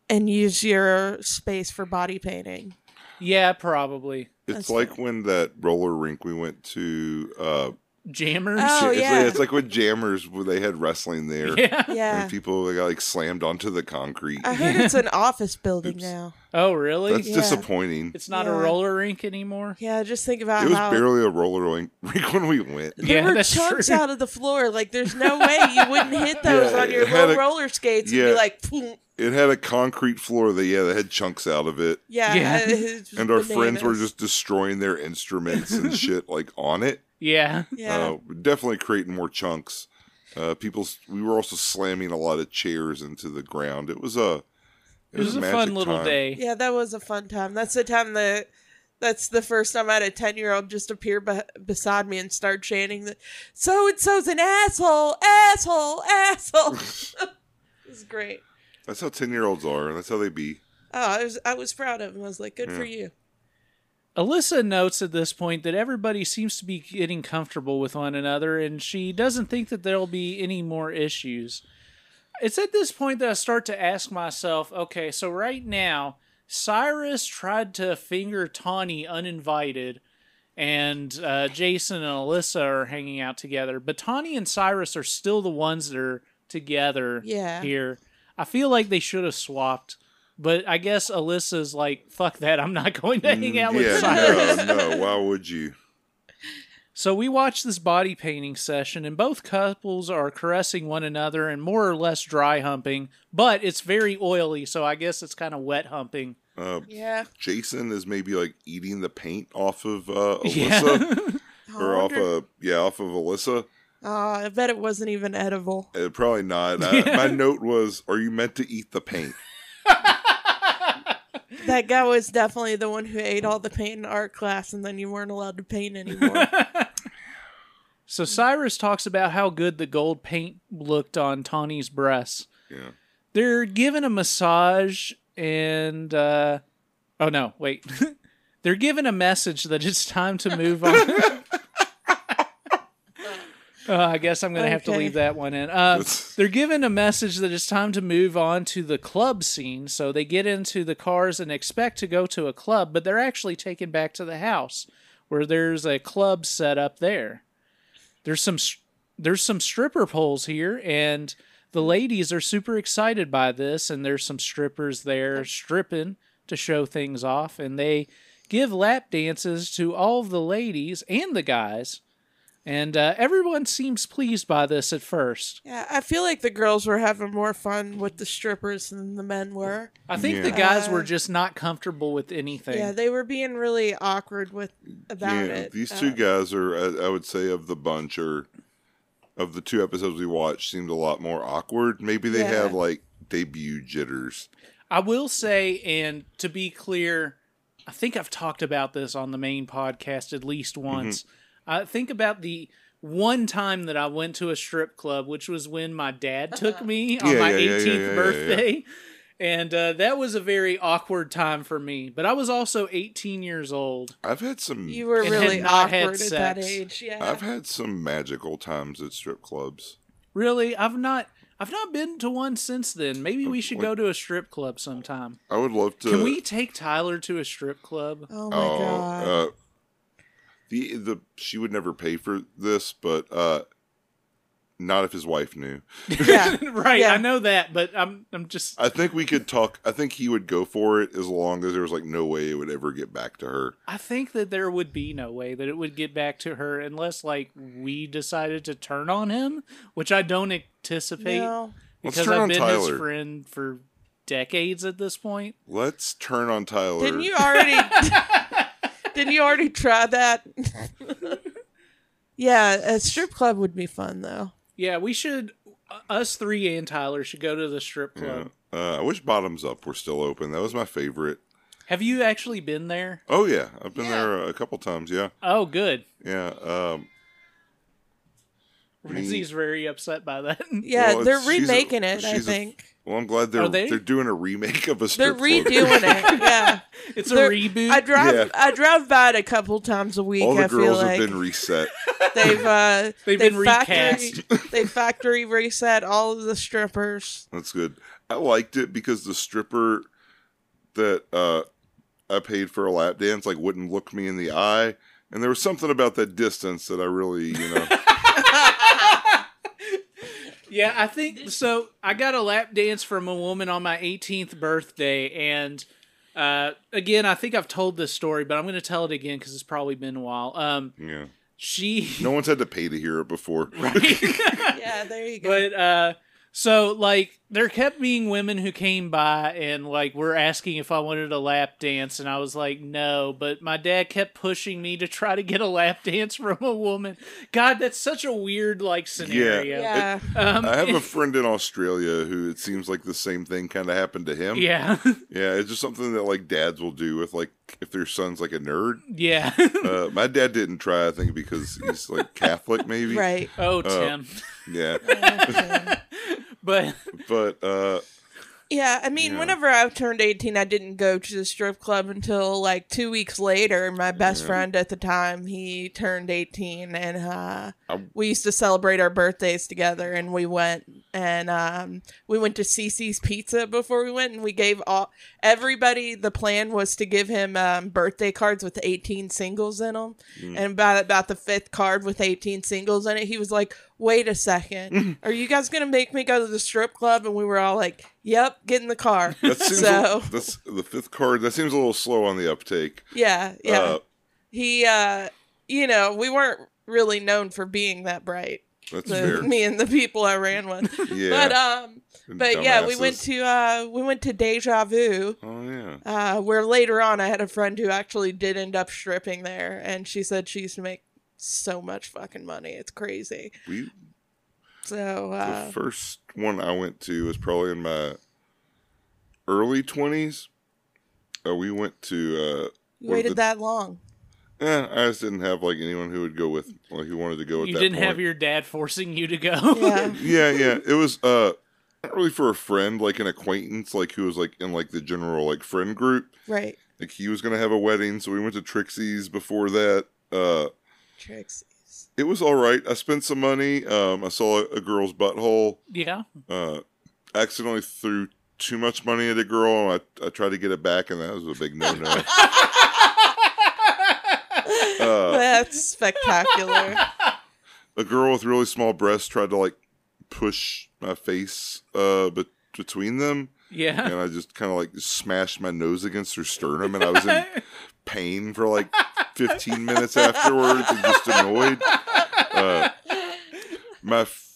S4: and use your space for body painting?
S1: Yeah, probably.
S5: It's like when that roller rink we went to. Uh,
S1: Jammers.
S4: Oh,
S5: it's,
S4: yeah.
S5: like, it's like with Jammers where they had wrestling there.
S1: yeah.
S4: Yeah,
S5: And people got like slammed onto the concrete.
S4: I heard it's an office building now.
S1: Oh, really?
S5: That's
S4: yeah.
S5: disappointing.
S1: It's not a
S4: Yeah.
S1: roller rink anymore.
S4: Yeah, just think about
S5: It was
S4: Uh, how
S5: barely a roller rink rink when we went.
S1: Yeah,
S4: there were
S1: that's
S4: chunks
S1: true.
S4: out of the floor. Like there's no way you wouldn't hit those
S5: Yeah,
S4: on
S5: it
S4: your
S5: had
S4: little
S5: a-
S4: roller skates and
S5: Yeah.
S4: be like. "Pfft."
S5: It had a concrete floor that yeah, that had chunks out of it.
S4: Yeah.
S1: Yeah.
S4: uh, it's
S5: And our
S4: bananas.
S5: friends were just destroying their instruments and shit like on it.
S1: Yeah.
S4: Yeah.
S5: Uh, definitely creating more chunks. Uh, people, we were also slamming a lot of chairs into the ground. It was a,
S1: It was a
S5: magic
S1: fun little
S5: time.
S1: day.
S4: yeah, that was a fun time. That's the time that that's the first time I had a 10 year old just appear be- beside me and start chanting that so and so's an asshole, asshole, asshole. it was great.
S5: That's how ten year olds are. That's how they be.
S4: Oh, I was I was proud of him. I was like, good for you.
S1: Alyssa notes at this point that everybody seems to be getting comfortable with one another, and she doesn't think that there'll be any more issues. It's at this point that I start to ask myself okay, so right now, Cyrus tried to finger Tawny uninvited, and uh, Jason and Alyssa are hanging out together, but Tawny and Cyrus are still the ones that are together
S4: Yeah.
S1: here. I feel like they should have swapped. But I guess Alyssa's like, fuck that, I'm not going to hang out with Cyrus.
S5: Mm, yeah, no, no. Why would you?
S1: So we watch this body painting session, and both couples are caressing one another and more or less dry humping, but it's very oily, so I guess it's kind of wet humping.
S5: Uh,
S4: Yeah.
S5: Jason is maybe like eating the paint off of uh,
S1: Yeah.
S5: Alyssa or
S4: I
S5: off
S4: wonder-
S5: of yeah off of Alyssa.
S4: Aw, I bet it wasn't even edible.
S5: Uh, probably not. I, My note was: Are you meant to eat the paint?
S4: That guy was definitely the one who ate all the paint in art class and then you weren't allowed to paint anymore.
S1: So Cyrus talks about how good the gold paint looked on Tawny's breasts.
S5: Yeah.
S1: They're given a massage, and uh, oh no, wait. They're given a message that it's time to move on. Uh, I guess I'm going to have to
S4: Okay.
S1: leave that one in. Uh, they're given a message that it's time to move on to the club scene. So they get into the cars and expect to go to a club, but they're actually taken back to the house where there's a club set up there. There's some s- there's some stripper poles here and the ladies are super excited by this and there's some strippers there stripping to show things off and they give lap dances to all of the ladies and the guys. And uh, everyone seems pleased by this at first.
S4: yeah, I feel like the girls were having more fun with the strippers than the men were.
S1: I think the
S5: Yeah.
S1: guys were just not comfortable with anything.
S4: Yeah, they were being really awkward with about
S5: yeah,
S4: it.
S5: these
S4: Uh,
S5: two guys are, I, I would say, of the bunch or of the two episodes we watched, seemed a lot more awkward. Maybe they
S4: Yeah.
S5: have like debut jitters.
S1: I will say, and to be clear, I think I've talked about this on the main podcast at least
S5: Mm-hmm.
S1: once. I think about the one time that I went to a strip club, which was when my dad took me on
S5: Yeah,
S1: my
S5: yeah, yeah, yeah,
S1: 18th
S5: yeah, yeah, yeah.
S1: birthday. And uh, that was a very awkward time for me. But I was also 18 years old.
S5: I've had some.
S4: You were
S1: And had
S4: really
S1: not had
S4: awkward at that
S1: sex.
S4: age. Yeah.
S5: I've had some magical times at strip clubs.
S1: Really, I've not. I've not been to one since then. Maybe we should go to a strip club sometime.
S5: I would love to.
S1: Can we take Tyler to a strip club?
S4: oh my
S5: Oh,
S4: god.
S5: uh, the the she would never pay for this, but uh, not if his wife knew.
S4: yeah.
S1: right,
S4: Yeah.
S1: I know that, but I'm I'm just
S5: I think we could talk. I think he would go for it as long as there was like no way it would ever get back to her.
S1: I think that there would be no way that it would get back to her unless like we decided to turn on him, which I don't anticipate
S4: No.
S5: Let's
S1: because
S5: turn
S1: I've
S5: on
S1: been his
S5: Tyler.
S1: friend for decades at this point.
S5: Let's turn on Tyler.
S4: Didn't you already? didn't you already try that? yeah, a strip club would be fun though.
S1: Yeah, we should us three and Tyler should go to the strip club.
S5: Uh, I wish Bottoms Up were still open. That was my favorite.
S1: Have you actually been there?
S5: Oh yeah, I've been
S4: Yeah.
S5: there a couple times. Yeah,
S1: Oh, good.
S5: yeah. Um, Me-
S1: Lindsay's very upset by that.
S4: Yeah,
S5: Well,
S4: they're
S5: it's- she's a-
S4: remaking it. I
S5: she's a-
S4: think
S5: well, I'm glad they're
S1: Are they?
S5: they? are doing a remake of a
S4: they're
S5: strip club.
S4: redoing it. Yeah,
S1: It's a
S4: They're-
S1: reboot.
S4: I drive.
S5: Yeah.
S4: I drive by it a couple times a week.
S5: All the
S4: I feel
S5: girls
S4: like
S5: have been reset.
S4: they've uh,
S1: They've been
S4: Factory, they factory reset all of the strippers.
S5: That's good. I liked it because the stripper that uh, I paid for a lap dance like wouldn't look me in the eye, and there was something about that distance that I really, you know,
S1: Yeah, I think so. I got a lap dance from a woman on my 18th birthday, and uh, again, I think I've told this story, but I'm going to tell it again because it's probably been a while. Um,
S5: yeah.
S1: she,
S5: No one's had to pay to hear it before.
S4: Yeah, there you go.
S1: but uh, so like there kept being women who came by and like were asking if I wanted a lap dance, and I was like, no. But my dad kept pushing me to try to get a lap dance from a woman. God, that's such a weird like scenario.
S4: yeah,
S1: Um,
S5: I have a friend in Australia who it seems like the same thing kind of happened to him.
S1: yeah,
S5: Yeah, it's just something that like dads will do with like if their son's like a nerd.
S1: yeah.
S5: Uh, my dad didn't try, I think, because he's like Catholic, maybe.
S4: right. Uh-huh.
S1: oh,
S5: Uh,
S1: Tim.
S5: Yeah,
S1: but
S5: but uh,
S4: Yeah, I mean,
S5: Yeah.
S4: whenever I turned 18, I didn't go to the strip club until like two weeks later. My best friend at the time, he turned 18, and uh,
S5: I'm-
S4: we used to celebrate our birthdays together. And we went and um, we went to Cece's Pizza before we went, and we gave all everybody the plan was to give him um, birthday cards with 18 singles in them.
S5: Mm.
S4: And by about the fifth card with 18 singles in it, he was like, wait a second. Are you guys going to make me go to the strip club? And we were all like, yep, get in the car.
S5: that seems
S4: so,
S5: a, that's the fifth card. That seems a little slow on the uptake.
S4: yeah, yeah.
S5: Uh,
S4: he, uh, you know, we weren't really known for being that bright.
S5: that's
S4: the-
S5: fair.
S4: me and the people I ran with.
S5: Yeah.
S4: But, um, but yeah, we went
S5: Dumbasses.
S4: to, uh, we went to Deja Vu.
S5: Oh yeah.
S4: uh, where later on I had a friend who actually did end up stripping there, and she said she used to make so much fucking money. It's crazy.
S5: We
S4: So
S5: the
S4: uh,
S5: first one I went to was probably in my early twenties. Uh, we went to. uh,
S4: you
S5: one of
S4: waited
S5: the-
S4: that long.
S5: Uh, eh, I just didn't have like anyone who would go with, like who wanted to go. At
S1: you
S5: that
S1: didn't
S5: point.
S1: have your dad forcing you to go.
S4: Yeah.
S5: yeah, yeah. It was uh not really for a friend, like an acquaintance, like who was like in like the general like friend group.
S4: right.
S5: Like he was gonna have a wedding, so we went to Trixie's before that. Uh
S4: Trixie's.
S5: it was all right. I spent some money. Um I saw a, a girl's butthole.
S1: yeah.
S5: Uh accidentally threw too much money at a girl and I, I tried to get it back and that was a big no no. uh,
S4: That's spectacular.
S5: a girl with really small breasts tried to like push my face uh bet between them.
S1: Yeah.
S5: and I just kind of like smashed my nose against her sternum, and I was in pain for like 15 minutes afterwards, and just annoyed. Uh, my f-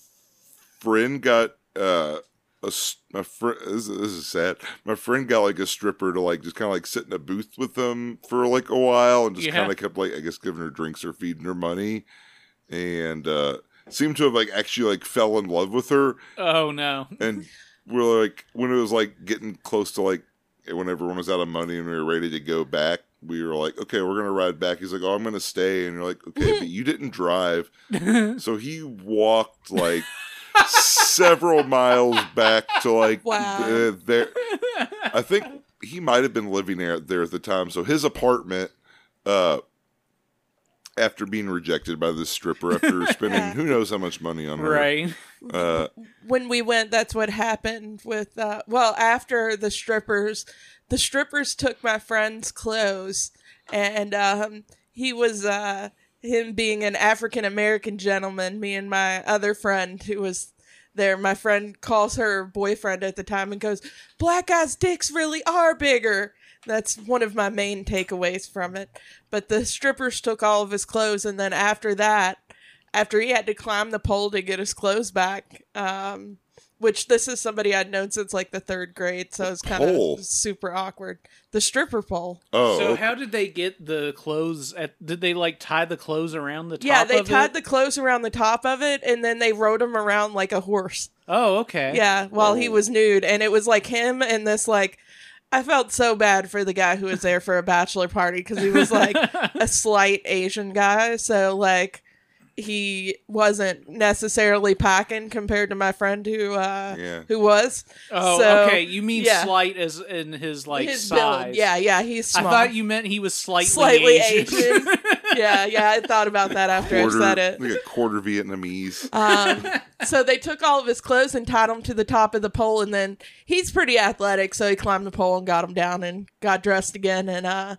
S5: friend got uh, a s- my friend. This, is- this is sad. My friend got like a stripper to like just kind of like sit in a booth with them for like a while, and just
S1: Yeah.
S5: kind of kept like I guess giving her drinks or feeding her money, and uh, seemed to have like actually like fell in love with her
S1: Oh no.
S5: and we're like when it was like getting close to like when everyone was out of money and we were ready to go back we were like, okay, we're gonna ride back. He's like, oh, I'm gonna stay, and you're like, okay, but you didn't drive, so he walked like several miles back to like
S4: Wow.
S5: the- there. I think he might have been living there there at the time, so his apartment. uh after being rejected by this stripper, after spending who knows how much money on her,
S1: Right.
S5: Uh,
S4: when we went, that's what happened with uh well, after the strippers, the strippers took my friend's clothes and um he was uh him being an African American gentleman, me and my other friend who was there, my friend calls her boyfriend at the time and goes, Black guys' dicks really are bigger. That's one of my main takeaways from it. But the strippers took all of his clothes, and then after that, after he had to climb the pole to get his clothes back, um, which this is somebody I'd known since like the third grade, so it's kind
S5: Pole?
S4: of super awkward. The stripper pole.
S5: oh,
S1: so
S5: okay.
S1: how did they get the clothes at did they like tie the clothes around the top
S4: yeah, they
S1: of
S4: tied
S1: it?
S4: the clothes around the top of it, and then they rode him around like a horse.
S1: Oh, okay.
S4: Yeah, while he was nude, and it was like him and this like. I felt so bad for the guy who was there for a bachelor party because he was like a slight Asian guy, so like he wasn't necessarily packing compared to my friend who uh
S5: Yeah.
S4: who was.
S1: Oh,
S4: So,
S1: okay. You mean
S4: yeah.
S1: slight as in his like
S4: his
S1: size.
S4: build. Yeah, yeah, he's
S1: I
S4: small.
S1: thought you meant he was slightly,
S4: slightly
S1: Asian.
S4: Asian. yeah, yeah, I thought about that after
S5: quarter,
S4: I said it.
S5: like a quarter Vietnamese.
S4: Um, so they took all of his clothes and tied him to the top of the pole, and then he's pretty athletic, so he climbed the pole and got him down and got dressed again, and uh,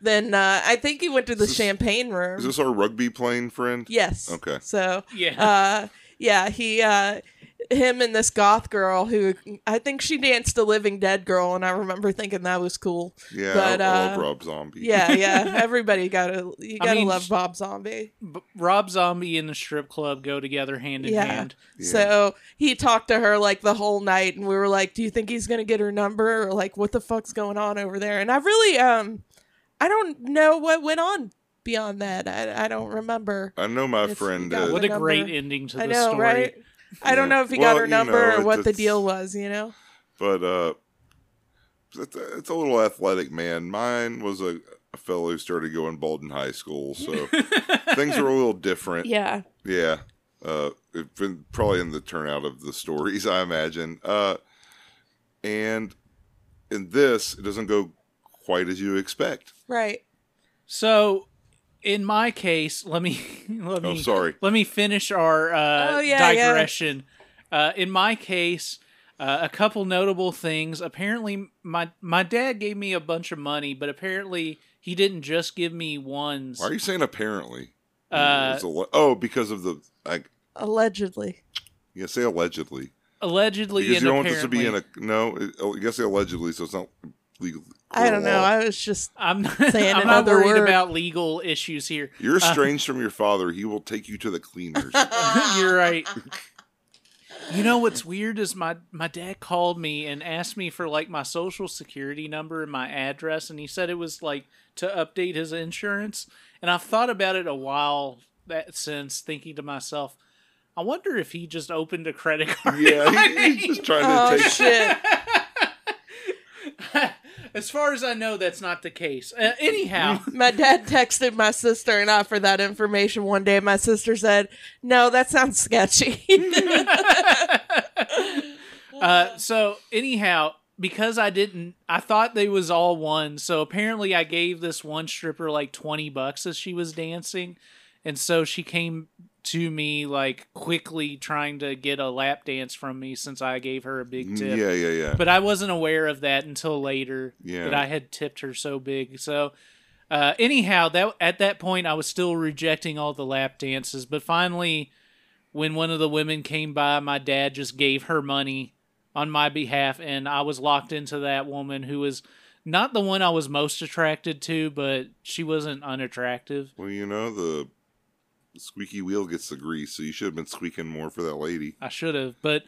S4: then uh, I think he went to the
S5: this-
S4: champagne room.
S5: Is this our rugby playing friend?
S4: yes.
S5: Okay.
S4: So
S1: yeah.
S4: uh, yeah, he, uh, him and this goth girl who I think she danced a Living Dead girl, and I remember thinking that was cool.
S5: Yeah,
S4: But,
S5: I, I love
S4: uh,
S5: Rob Zombie.
S4: Yeah, yeah. Everybody gotta you
S1: I
S4: gotta
S1: mean,
S4: love Bob Zombie.
S1: B- Rob Zombie and the strip club go together hand in
S4: Yeah.
S1: hand.
S5: Yeah.
S4: So he talked to her like the whole night, and we were like, "Do you think he's gonna get her number?" Or like, "What the fuck's going on over there?" And I really, um, I don't know what went on beyond that. I, I don't remember.
S5: I know my
S4: If you
S5: friend.
S4: got
S5: Uh,
S1: What
S4: The
S1: a great
S4: number-
S1: ending to
S4: I
S1: the
S4: know,
S1: story.
S4: right? I don't
S5: Yeah.
S4: know if he
S5: Well,
S4: got her
S5: you know,
S4: number or
S5: it's-
S4: what the
S5: it's-
S4: deal was. You know,
S5: but uh, it's, it's a little athletic man. Mine was a, a fellow who started going bald in high school, so things were a little different.
S4: yeah,
S5: Yeah. Uh, it been probably in the turnout of the stories, I imagine. Uh, and in this, it doesn't go quite as you expect.
S4: right.
S1: So, in my case, let me let me
S5: Oh, sorry.
S1: let me finish our uh,
S4: Oh, yeah, yeah.
S1: digression. Uh, in my case, uh, a couple notable things. Apparently, my my dad gave me a bunch of money, but apparently he didn't just give me ones.
S5: Why are you saying apparently?
S1: Uh,
S5: It's a le- oh, because of the. I,
S4: Allegedly,
S5: yeah, say allegedly.
S1: Allegedly,
S5: Because
S1: and
S5: you don't want this to
S1: apparently,
S5: be in a no. It, oh, I guess allegedly, so it's not legal.
S4: I don't know.
S5: law.
S4: I was just
S1: I'm not,
S4: Saying
S1: I'm not
S4: another
S1: worried
S4: word.
S1: about legal issues here.
S5: You're estranged from your father. He will take you to the cleaners.
S1: You're right. Oh. You know what's weird is my my dad called me and asked me for like my social security number and my address, and he said it was like to update his insurance. And I've thought about it a while that since, thinking to myself, I wonder if he just opened a credit card.
S5: yeah, he- he's just trying to
S4: oh
S5: take.
S4: shit.
S1: as far as I know, that's not the case. Uh, anyhow,
S4: My dad texted my sister and I for that information one day. My sister said, "No, that sounds sketchy."
S1: Uh, so anyhow, because I didn't, I thought they was all one. So apparently, I gave this one stripper like twenty bucks as she was dancing, and so she came to me like quickly trying to get a lap dance from me since I gave her a big
S5: Mm,
S1: tip.
S5: Yeah, yeah, yeah.
S1: But I wasn't aware of that until later
S5: Yeah.
S1: that I had tipped her so big. So uh, anyhow, that at that point I was still rejecting all the lap dances, but finally when one of the women came by, my dad just gave her money on my behalf and I was locked into that woman who was not the one I was most attracted to, but she wasn't unattractive.
S5: Well, you know the squeaky wheel gets the grease, so you should have been squeaking more for that lady.
S1: I should have, but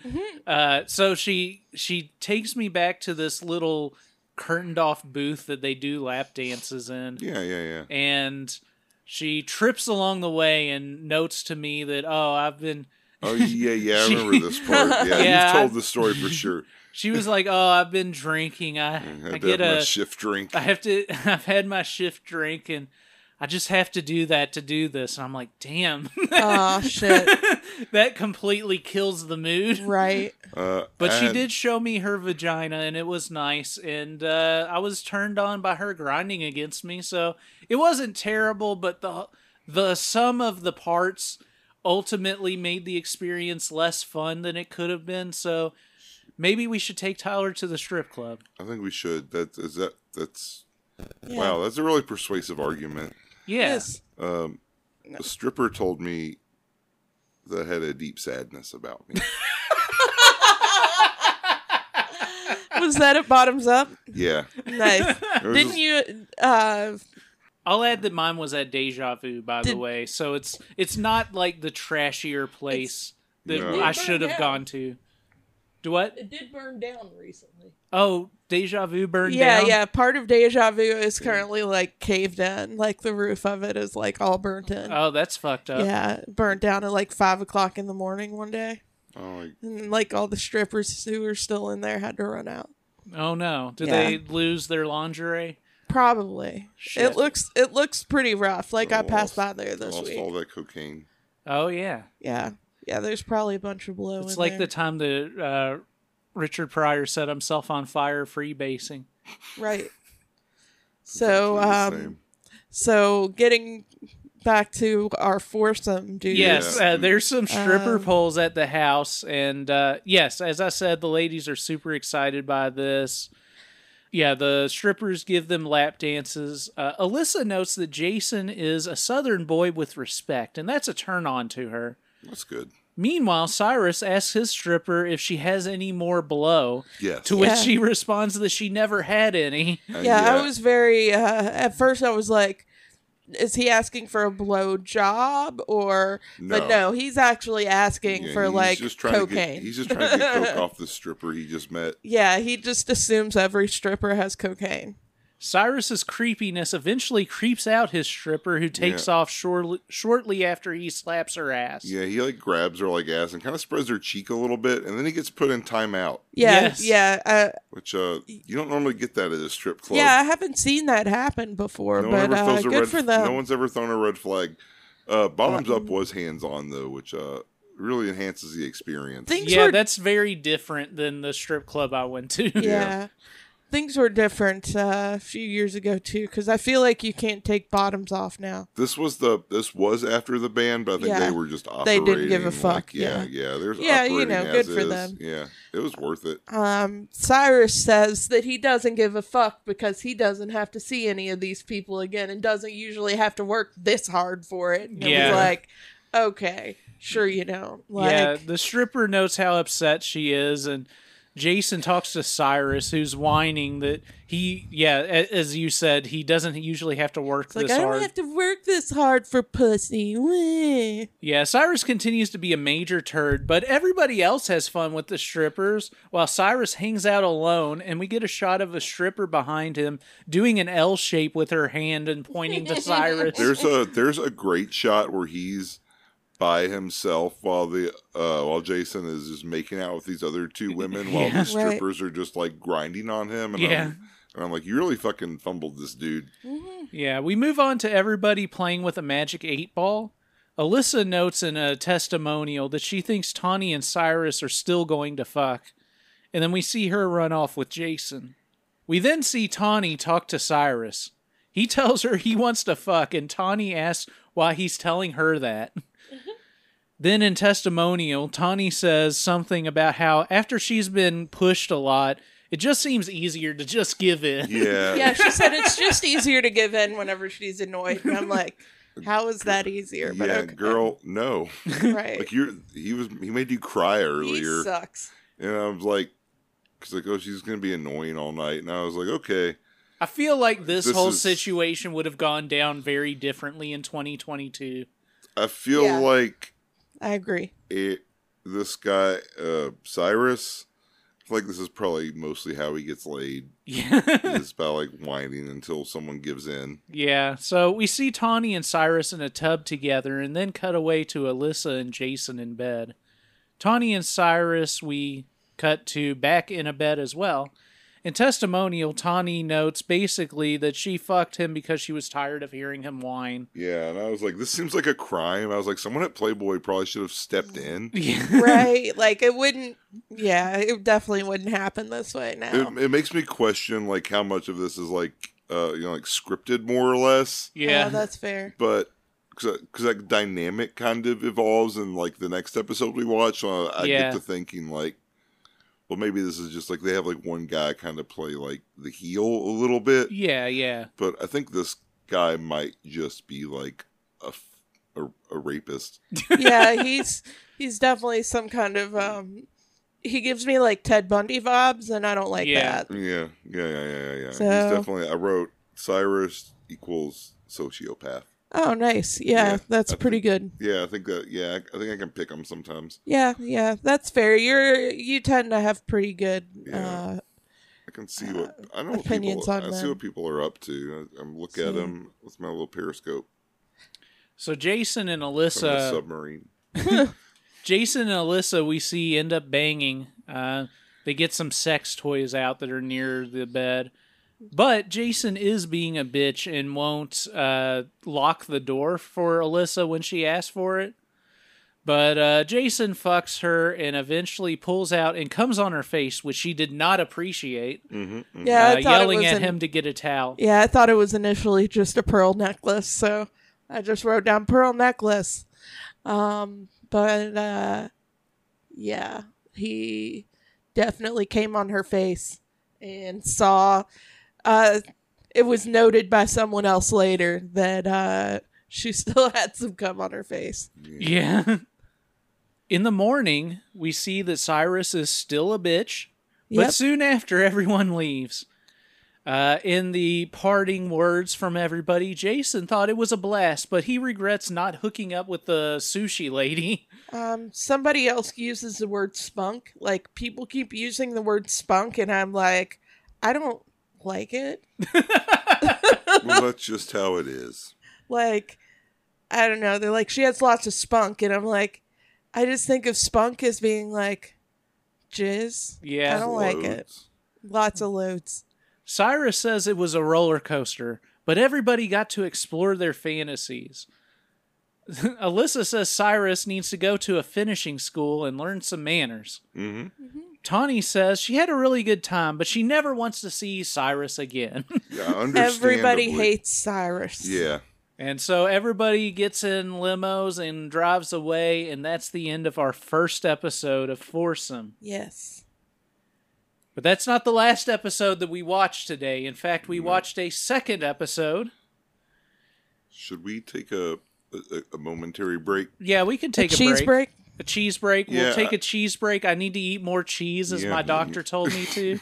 S1: uh, so she she takes me back to this little curtained off booth that they do lap dances in,
S5: Yeah, yeah, yeah.
S1: and she trips along the way and notes to me that oh I've been
S5: Oh yeah, yeah, I
S1: She-
S5: remember this part. Yeah,
S1: Yeah.
S5: you've told the story for sure.
S1: She was like, "Oh, I've been drinking. I
S5: I,
S1: I
S5: had to
S1: get
S5: have my
S1: a
S5: shift drink.
S1: I have to I've had my shift drink and I just have to do that to do this." And I'm like, "Damn."
S4: Oh shit!
S1: that completely kills the mood.
S4: Right?
S5: Uh,
S1: But she
S5: and-
S1: did show me her vagina and it was nice and uh, I was turned on by her grinding against me. So it wasn't terrible, but the the sum of the parts ultimately made the experience less fun than it could have been. So maybe we should take Tyler to the strip club.
S5: I think we should. That is that. That's
S4: Yeah.
S5: wow. That's a really persuasive argument.
S1: Yes.
S5: Um, a stripper told me that had a deep sadness about me.
S4: Was that at Bottoms Up?
S5: yeah,
S4: Nice.
S5: There was
S4: Didn't
S5: this-
S4: you? Uh,
S1: I'll add that mine was at Deja Vu, by the
S4: Did-
S1: way. So it's it's not like the trashier place that
S5: No.
S1: I
S6: It burned
S1: should have
S6: down.
S1: gone to. Do what?
S6: It did burn down recently.
S1: Oh, Deja Vu burned
S4: yeah,
S1: down.
S4: yeah. Part of Deja Vu is currently like caved in. Like the roof of it is like all burnt in.
S1: Oh, that's fucked up.
S4: Yeah, it burnt down at like five o'clock in the morning one day,
S5: Oh, like,
S4: and like all the strippers who were still in there had to run out.
S1: Oh no, did
S4: Yeah.
S1: they lose their lingerie?
S4: Probably.
S1: Shit.
S4: It looks it looks pretty rough. Like I
S5: Oh,
S4: passed by
S5: lost-
S4: there
S5: I
S4: this
S5: lost
S4: week.
S5: all that cocaine.
S1: Oh yeah,
S4: Yeah, yeah. There's probably a bunch of blow.
S1: it's
S4: in
S1: like
S4: there.
S1: the time that uh, Richard Pryor set himself on fire freebasing.
S4: right. So
S5: Exactly the
S4: um,
S5: same.
S4: so getting back to our foursome, dude.
S1: Yes,
S5: Yeah.
S1: uh, there's some stripper
S4: Um,
S1: poles at the house, and uh, yes, as I said, the ladies are super excited by this. Yeah, the strippers give them lap dances. Uh, Alyssa notes that Jason is a Southern boy with respect, and that's a turn on to her.
S5: that's good.
S1: Meanwhile, Cyrus asks his stripper if she has any more blow,
S5: Yes. Uh,
S1: to
S4: Yeah.
S1: which she responds that she never had any.
S5: And
S4: Yeah, I was very. Uh, at first, I was like, "Is he asking for a blow job or?"
S5: No.
S4: But no, he's actually asking
S5: yeah,
S4: for
S5: he's
S4: like
S5: just trying to get-
S4: cocaine.
S5: he's just trying to get coke off the stripper he just met.
S4: yeah, he just assumes every stripper has cocaine.
S1: Cyrus's creepiness eventually creeps out his stripper, who takes
S5: Yeah.
S1: off shortly, shortly after he slaps her ass.
S5: Yeah, he like grabs her like ass and kind of spreads her cheek a little bit, and then he gets put in timeout,
S4: Yeah,
S1: Yes.
S4: yeah, uh,
S5: which uh you don't normally get that at a strip club.
S4: yeah. I haven't seen that happen before,
S5: no one
S4: but
S5: ever
S4: uh,
S5: throws a
S4: good
S5: red.
S4: for them.
S5: No one's ever thrown a red flag. Uh, bottoms up was hands on though, which uh really enhances the experience.
S4: Things
S1: Yeah,
S4: were,
S1: that's very different than the strip club I went to.
S4: yeah. Things were different uh, a few years ago too, because I feel like you can't take bottoms off now.
S5: this was the this was after the ban, but I think
S4: Yeah.
S5: they were just
S4: They
S5: operating.
S4: didn't give a
S5: like,
S4: fuck,
S5: yeah, yeah. There's
S4: Yeah, you
S5: operating
S4: know,
S5: as
S4: good for
S5: is.
S4: them.
S5: Yeah, it was worth it.
S4: Um, Cyrus says that he doesn't give a fuck because he doesn't have to see any of these people again and doesn't usually have to work this hard for it. And it was
S1: Yeah.
S4: like, okay, sure you don't. Like,
S1: yeah, the stripper knows how upset she is, and Jason talks to Cyrus, who's whining that he, yeah, a- as you said, he doesn't usually have to work
S4: it's like
S1: this
S4: I don't
S1: hard.
S4: have to work this hard for pussy. Wah.
S1: Yeah, Cyrus continues to be a major turd, but everybody else has fun with the strippers while Cyrus hangs out alone and we get a shot of a stripper behind him doing an L shape with her hand and pointing to Cyrus.
S5: There's a there's a great shot where he's by himself while the uh while Jason is just making out with these other two women while
S1: Yeah.
S5: the
S1: Right.
S5: strippers are just like grinding on him and
S1: Yeah.
S5: I'm, and I'm like you really fucking fumbled this dude.
S1: Yeah, we move on to everybody playing with a magic eight ball. Alyssa notes in a testimonial that she thinks Tawny and Cyrus are still going to fuck, and then we see her run off with Jason. We then see Tawny talk to Cyrus. He tells her he wants to fuck, and Tawny asks why he's telling her that. then in testimonial, Tawny says something about how after she's been pushed a lot, it just seems easier to just give in.
S5: Yeah.
S4: Yeah, she said it's just easier to give in whenever she's annoyed. And I'm like, how is that easier?
S5: Yeah,
S4: okay.
S5: girl, no.
S4: Right.
S5: Like you're he was he made you cry
S4: He
S5: earlier.
S4: sucks.
S5: And I was like cuz like oh she's going to be annoying all night and I was like okay.
S1: I feel like this,
S5: This
S1: whole
S5: is-
S1: situation would have gone down very differently in 2022.
S5: I feel
S4: Yeah.
S5: like
S4: I agree.
S5: it this guy uh Cyrus I feel like this is probably mostly how he gets laid.
S1: Yeah.
S5: it's about like whining until someone gives in.
S1: yeah. So we see Tawny and Cyrus in a tub together and then cut away to Alyssa and Jason in bed. Tawny and Cyrus, we cut to back in a bed as well. In testimonial, Tawny notes basically that she fucked him because she was tired of hearing him whine.
S5: Yeah, and I was like, this seems like a crime. I was like, someone at Playboy probably should have stepped in.
S4: right? Like it wouldn't. Yeah, it definitely wouldn't happen this way now. Oh,
S5: It, it makes me question like how much of this is like uh you know like scripted more or less,
S4: Oh, that's fair.
S5: but because that dynamic kind of evolves and like the next episode we watch, uh, I
S1: Yeah.
S5: get to thinking like, well maybe this is just like they have like one guy kind of play like the heel a little bit,
S1: yeah, yeah.
S5: but I think this guy might just be like a f- a, a rapist.
S4: yeah, he's he's definitely some kind of um he gives me like Ted Bundy vibes and I don't like
S1: Yeah.
S4: that.
S5: Yeah, yeah, yeah, yeah, yeah. yeah.
S4: So-
S5: He's definitely. I wrote Cyrus equals sociopath.
S4: Oh, nice. Yeah,
S5: Yeah,
S4: that's
S5: I
S4: pretty
S5: think-
S4: good.
S5: Yeah, I think that. Yeah, I think I can pick him sometimes.
S4: Yeah, yeah, that's fair. You're you tend to have pretty good
S5: Yeah.
S4: uh
S5: I can see what I know.
S4: opinions
S5: what
S4: on
S5: people, I see
S4: them.
S5: what people are up to. I, I'm look
S4: So-
S5: at him with my little periscope
S1: So Jason and
S5: from the
S1: Alyssa,
S5: submarine.
S1: Jason and Alyssa, we see end up banging. Uh, they get some sex toys out that are near the bed, but Jason is being a bitch and won't uh, lock the door for Alyssa when she asks for it. But uh, Jason fucks her and eventually pulls out and comes on her face, which she did not appreciate,
S5: Mm-hmm.
S4: Yeah,
S1: uh,
S4: I thought
S1: yelling
S4: it was
S1: at
S4: an-
S1: him to get a towel.
S4: Yeah, I thought it was initially just a pearl necklace, so I just wrote down pearl necklace. Um, but uh, yeah, he definitely came on her face and saw. Uh, it was noted by someone else later that uh, she still had some cum on her face.
S1: Yeah. In the morning, we see that Cyrus is still a bitch,
S4: Yep.
S1: but soon after, everyone leaves. Uh, in the parting words from everybody, Jason thought it was a blast, but he regrets not hooking up with the sushi lady.
S4: Um, somebody else uses the word spunk. Like people keep using the word spunk, and I'm like, I don't like it.
S5: well, that's just how it is.
S4: like I don't know. They're like she has lots of spunk, and I'm like, I just think of spunk as being like jizz.
S1: Yeah.
S4: I don't like it.
S5: Loads.
S4: Lots of loads.
S1: Cyrus says it was a roller coaster, but everybody got to explore their fantasies. Alyssa says Cyrus needs to go to a finishing school and learn some manners.
S5: Mhm.
S4: Mm-hmm.
S1: Tawny says she had a really good time, but she never wants to see Cyrus again.
S5: Yeah, understandably.
S4: Everybody hates Cyrus.
S5: Yeah,
S1: and so everybody gets in limos and drives away, and that's the end of our first episode of Foursome.
S4: Yes.
S1: But that's not the last episode that we watched today. In fact, we watched a second episode.
S5: should we take a a, a momentary break?
S1: Yeah, we could take a,
S4: cheese break.
S1: A cheese break.
S5: Yeah.
S1: We'll take a cheese break. I need to eat more cheese, as
S5: Yeah.
S1: my doctor told me to.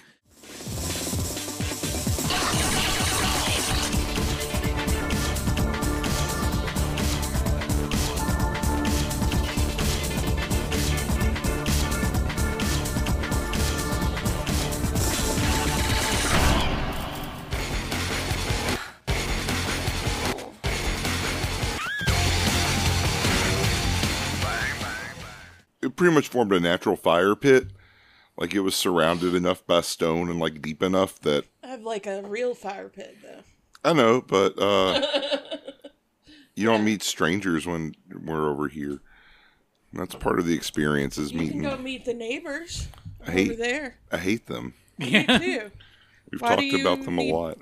S5: It pretty much formed a natural fire pit. Like it was surrounded enough by stone and like deep enough that
S4: I have like a real fire pit though.
S5: I know, but uh, you don't meet strangers when we're over here. That's part of the experience is
S4: You can
S5: meeting.
S4: go meet the neighbors
S5: Mm-hmm. I hate-
S4: over there
S5: I hate them.
S4: too.
S5: We've
S4: Why do
S5: talked about
S4: you
S5: them a
S4: need-
S5: lot.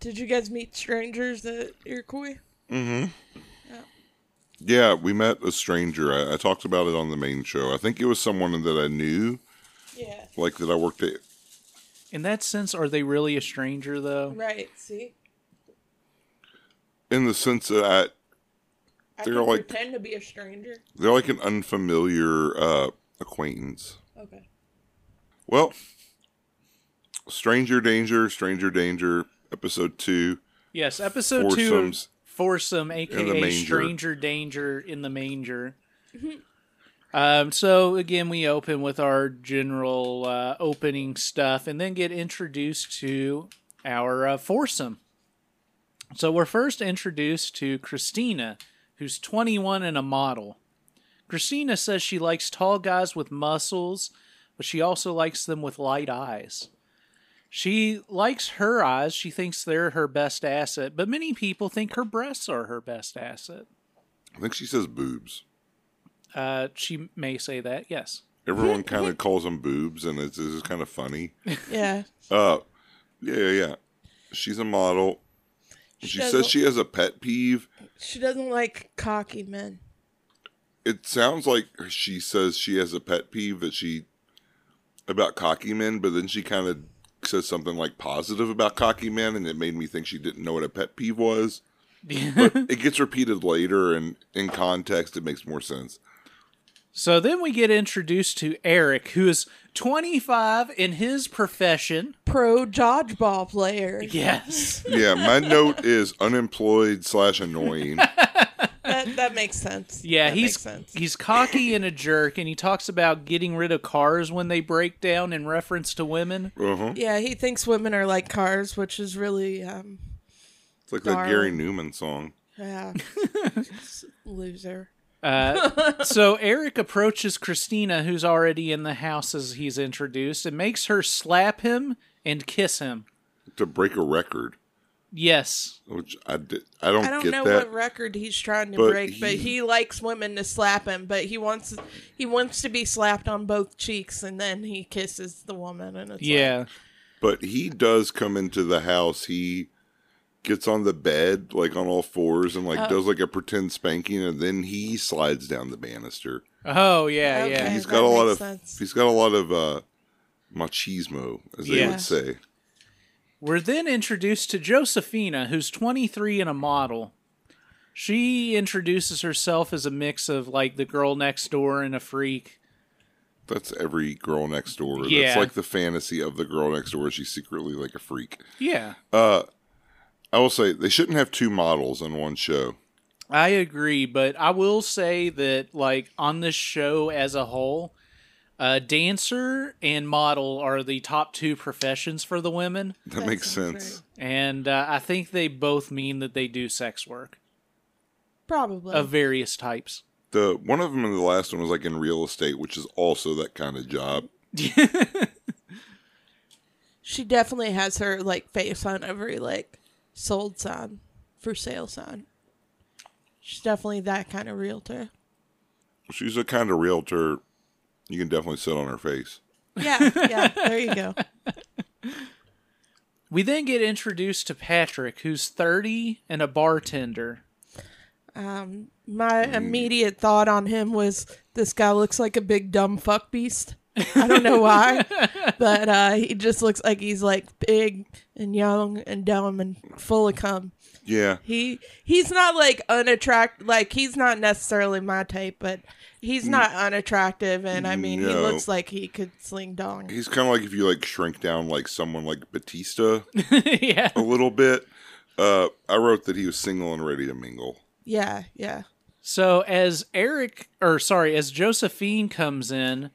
S4: Did you guys meet strangers at Iroquois?
S5: Yeah, we met a stranger. I, I talked about it on the main show. I think it was someone that I knew,
S4: Yeah.
S5: like that I worked at.
S1: In that sense, are they really a stranger, though?
S4: Right. See,
S5: In the sense that I,
S4: I
S5: They're
S4: can
S5: like-
S4: pretend to be a stranger.
S5: they're like an unfamiliar uh, acquaintance.
S4: Okay.
S5: Well, stranger danger, stranger danger, episode two.
S1: Yes, episode
S5: Foursomes.
S1: two, foursome, aka
S5: manger.
S1: stranger danger in the manger. um, so again, we open with our general uh, opening stuff, and then get introduced to our uh, foursome. So we're first introduced to Christina, who's 21 and a model. Christina says she likes tall guys with muscles, but she also likes them with light eyes. She likes her eyes. She thinks they're her best asset, but many people think her breasts are her best asset.
S5: I think she says boobs.
S1: Uh, she may say that, yes.
S5: Everyone kind of calls them boobs, and it's, it's kind of funny.
S4: Yeah.
S5: Uh, yeah, yeah, yeah. She's a model. She says
S4: doesn't-
S5: she has a pet peeve.
S4: She doesn't like cocky men.
S5: It sounds like she says she has a pet peeve that she about cocky men, but then she kind of says something like positive about cocky men, and it made me think she didn't know what a pet peeve was. but it gets repeated later, and in context, it makes more sense.
S1: So then we get introduced to Eric, who is 25 in his profession.
S4: Pro dodgeball player.
S1: Yes.
S5: Yeah, my note is unemployed slash annoying.
S4: That, that makes sense.
S1: Yeah,
S4: That
S1: he's
S4: makes sense.
S1: he's cocky and a jerk, and he talks about getting rid of cars when they break down in reference to women.
S5: Uh-huh.
S4: Yeah, he thinks women are like cars, which is really um
S5: It's like that Gary Newman song.
S4: yeah. loser.
S1: Uh, so Eric approaches Christina, who's already in the house as he's introduced, and makes her slap him and kiss him.
S5: To break a record,
S1: Yes.
S5: which I, did, I don't
S4: I don't
S5: get
S4: know
S5: that.
S4: what record he's trying to
S5: But
S4: break, but
S5: he-
S4: he likes women to slap him, but he wants he wants to be slapped on both cheeks and then he kisses the woman and it's like,
S1: Yeah.
S5: But he does come into the house. He gets on the bed, like on all fours, and like does like a pretend spanking, and then he slides down the banister.
S1: Oh yeah,
S4: Okay.
S1: yeah.
S5: He's
S4: that
S5: got a lot
S4: makes
S5: of
S4: sense.
S5: he's got a lot of uh machismo, as they
S1: Yeah.
S5: would say.
S1: We're then introduced to Josephina, who's 23 and a model. She introduces herself as a mix of like the girl next door and a freak.
S5: That's every girl next door.
S1: Yeah.
S5: That's like the fantasy of the girl next door. She's secretly like a freak.
S1: Yeah.
S5: I will say they shouldn't have two models on one show.
S1: I agree, but I will say that like on this show as a whole, uh, dancer and model are the top two professions for the women,
S5: That makes sense.
S1: and uh, I think they both mean that they do sex work
S4: probably
S1: of various types.
S5: The one of them in the last one was like in real estate, which is also that kind of job.
S4: She definitely has her like face on every like sold sign for sale sign. She's definitely that kind of realtor.
S5: She's a kind of realtor you can definitely sit on her face.
S4: Yeah, yeah. There you go.
S1: We then get introduced to Patrick, who's 30 and a bartender.
S4: My immediate thought on him was this guy looks like a big dumb fuck beast. I don't know why, but uh, he just looks like he's like big and young and dumb and full of cum.
S5: Yeah.
S4: He he's not like unattract like he's not necessarily my type, but he's not unattractive and I mean he
S5: Mm. No.
S4: looks like he could sling dong.
S5: He's kind of like if you like shrink down like someone like Batista
S1: yeah.
S5: a little bit. Uh, I wrote that he was single and ready to mingle.
S4: Yeah, yeah.
S1: So as Eric, or sorry, as Josephine comes in,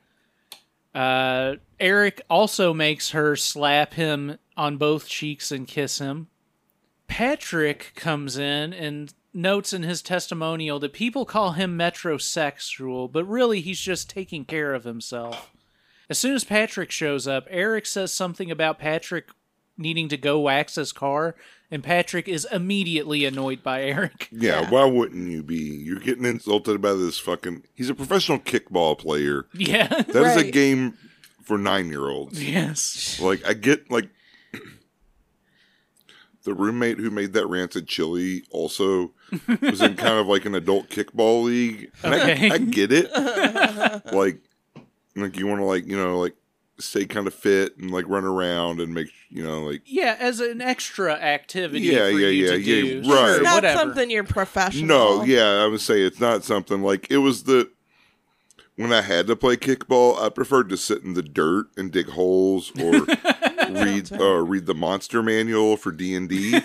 S1: uh, Eric also makes her slap him on both cheeks and kiss him. Patrick comes in and notes in his testimonial that people call him metrosexual, but really he's just taking care of himself. As soon as Patrick shows up, Eric says something about Patrick needing to go wax his car, and Patrick is immediately annoyed by Eric.
S5: Yeah, why wouldn't you be? You're getting insulted by this fucking. He's a professional kickball player.
S1: Yeah.
S5: That is a
S4: Right.
S5: game for nine year olds.
S1: Yes.
S5: Like I get like the roommate who made that rancid chili also was in kind of like an adult kickball league. And
S1: Okay.
S5: I, I get it. like like you want to like, you know, like stay kind of fit and like run around and make, you know, like
S1: Yeah, as an extra activity.
S5: Yeah,
S1: for
S5: yeah,
S1: you to
S5: yeah, yeah,
S1: do.
S5: right.
S1: Sure,
S4: It's not
S1: whatever.
S4: something you're professional.
S5: No, yeah, I would say it's not something like it was the when I had to play kickball, I preferred to sit in the dirt and dig holes or read uh, read the monster manual for D and D.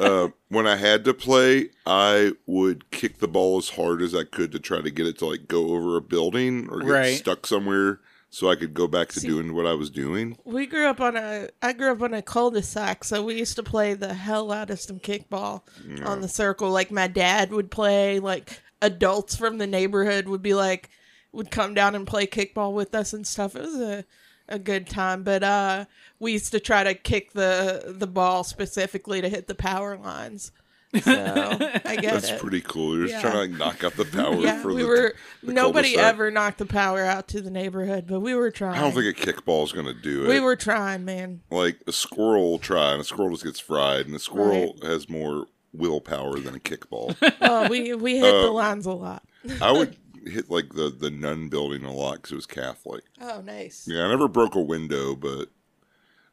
S5: Uh, When I had to play, I would kick the ball as hard as I could to try to get it to like go over a building or get
S1: Right.
S5: stuck somewhere, so I could go back to doing what I was doing.
S4: We grew up on a I grew up on a cul-de-sac, so we used to play the hell out of some kickball on the circle. Like my dad would play like adults from the neighborhood would be like would come down and play kickball with us and stuff. It was a a good time, but uh we used to try to kick the the ball specifically to hit the power lines. So I get
S5: That's
S4: it.
S5: pretty cool. You're just
S4: Yeah.
S5: trying to like knock out the power
S4: yeah,
S5: for
S4: we
S5: the.
S4: were.
S5: the
S4: nobody
S5: cul-de-sac.
S4: ever knocked the power out to the neighborhood, but we were trying.
S5: I don't think a kickball's gonna do it.
S4: we were trying, man.
S5: like a squirrel will try, and a squirrel just gets fried, and a squirrel has more willpower than a kickball.
S4: Well, we we hit the
S5: Uh,
S4: lines a lot.
S5: I would hit like the the nun building a lot because it was Catholic.
S4: Oh, nice.
S5: Yeah, I never broke a window, but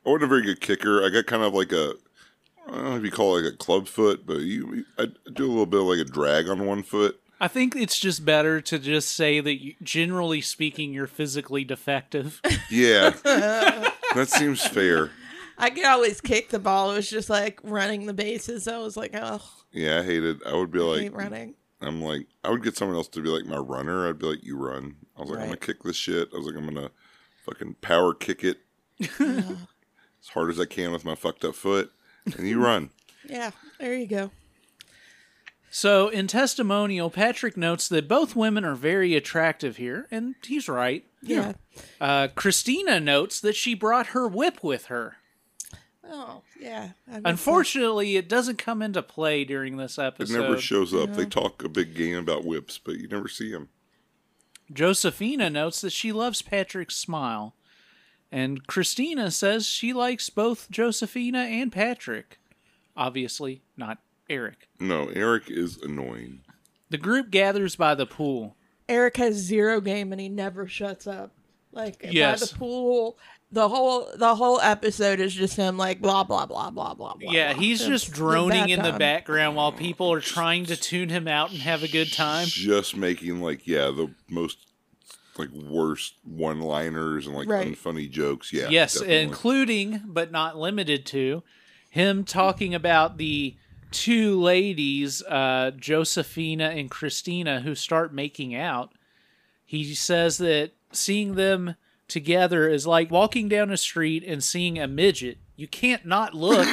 S5: I wasn't a very good kicker. I got kind of like a I don't know if you call it like a club foot, but you I do a little bit of like a drag on one foot.
S1: I think it's just better to just say that, you, generally speaking, you're physically defective.
S5: Yeah, that seems fair.
S4: I could always kick the ball. It was just like running the bases. I was like, oh,
S5: Yeah, I hated. I would be
S4: I
S5: like,
S4: hate running.
S5: I'm like, I would get someone else to be like my runner. I'd be like, you run. I was like, I'm gonna
S4: Right.
S5: kick this shit. I was like, I'm gonna fucking power kick it as hard as I can with my fucked up foot, and you run.
S4: Yeah, there you go.
S1: so, in testimonial, Patrick notes that both women are very attractive here, and he's right.
S4: Yeah.
S1: Uh, Christina notes that she brought her whip with her.
S4: Oh, yeah. I mean,
S1: Unfortunately, it doesn't come into play during this
S5: It
S1: episode.
S5: never shows up. They talk a big game about whips, but you never see them.
S1: Josephina notes that she loves Patrick's smile, and Christina says she likes both Josephina and Patrick. Obviously, not Eric.
S5: No, Eric is annoying.
S1: The group gathers by the pool.
S4: Eric has zero game and he never shuts up. Like by
S1: Yes.
S4: the pool, the whole the whole episode is just him like blah blah blah blah blah. blah
S1: Yeah,
S4: blah.
S1: he's
S4: It's
S1: just
S4: a
S1: droning
S4: bad
S1: in the
S4: time.
S1: background while people are trying to tune him out and have a good time.
S5: Just making like yeah the most like worst one liners and like
S4: Right.
S5: unfunny jokes. Yeah.
S1: Yes,
S5: definitely.
S1: including but not limited to him talking about the two ladies, uh, Josephina and Christina, who start making out. He says that seeing them together is like walking down a street and seeing a midget. You can't not look.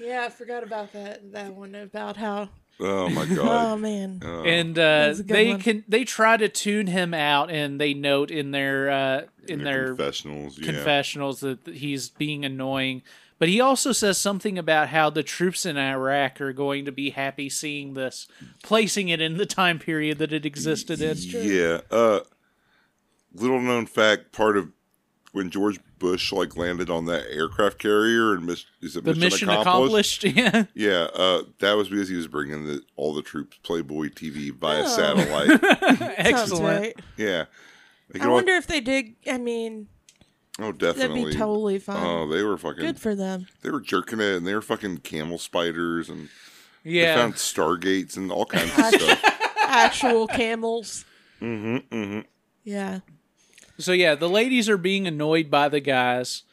S4: Yeah, I forgot about that that one about how.
S5: Oh my
S4: Oh
S5: god.
S4: man.
S1: and uh,
S4: was a good
S1: they
S4: one.
S1: can they try to tune him out, and they note in their uh, in their
S5: confessionals. Yeah.
S1: confessionals that th- he's being annoying. But he also says something about how the troops in Iraq are going to be happy seeing this, placing it in the time period that it existed in.
S5: Yeah. Uh, little known fact: part of when George Bush like landed on that aircraft carrier and mis- is it
S1: The mission accomplished. Yeah.
S5: Yeah, uh, that was because he was bringing the, all the troops Playboy TV via
S4: Oh.
S5: satellite.
S4: Sounds
S1: Excellent.
S4: right.
S5: yeah. They
S4: I
S5: could all-
S4: wonder if they did. I mean,
S5: oh,
S4: that'd
S5: definitely.
S4: be totally fine.
S5: Oh, they were fucking.
S4: Good for them.
S5: They were jerking it, and they were fucking camel spiders, and
S1: Yeah.
S5: they found stargates and all kinds of stuff.
S4: Actual camels. Mm-hmm. Yeah.
S1: So yeah, the ladies are being annoyed by the guys.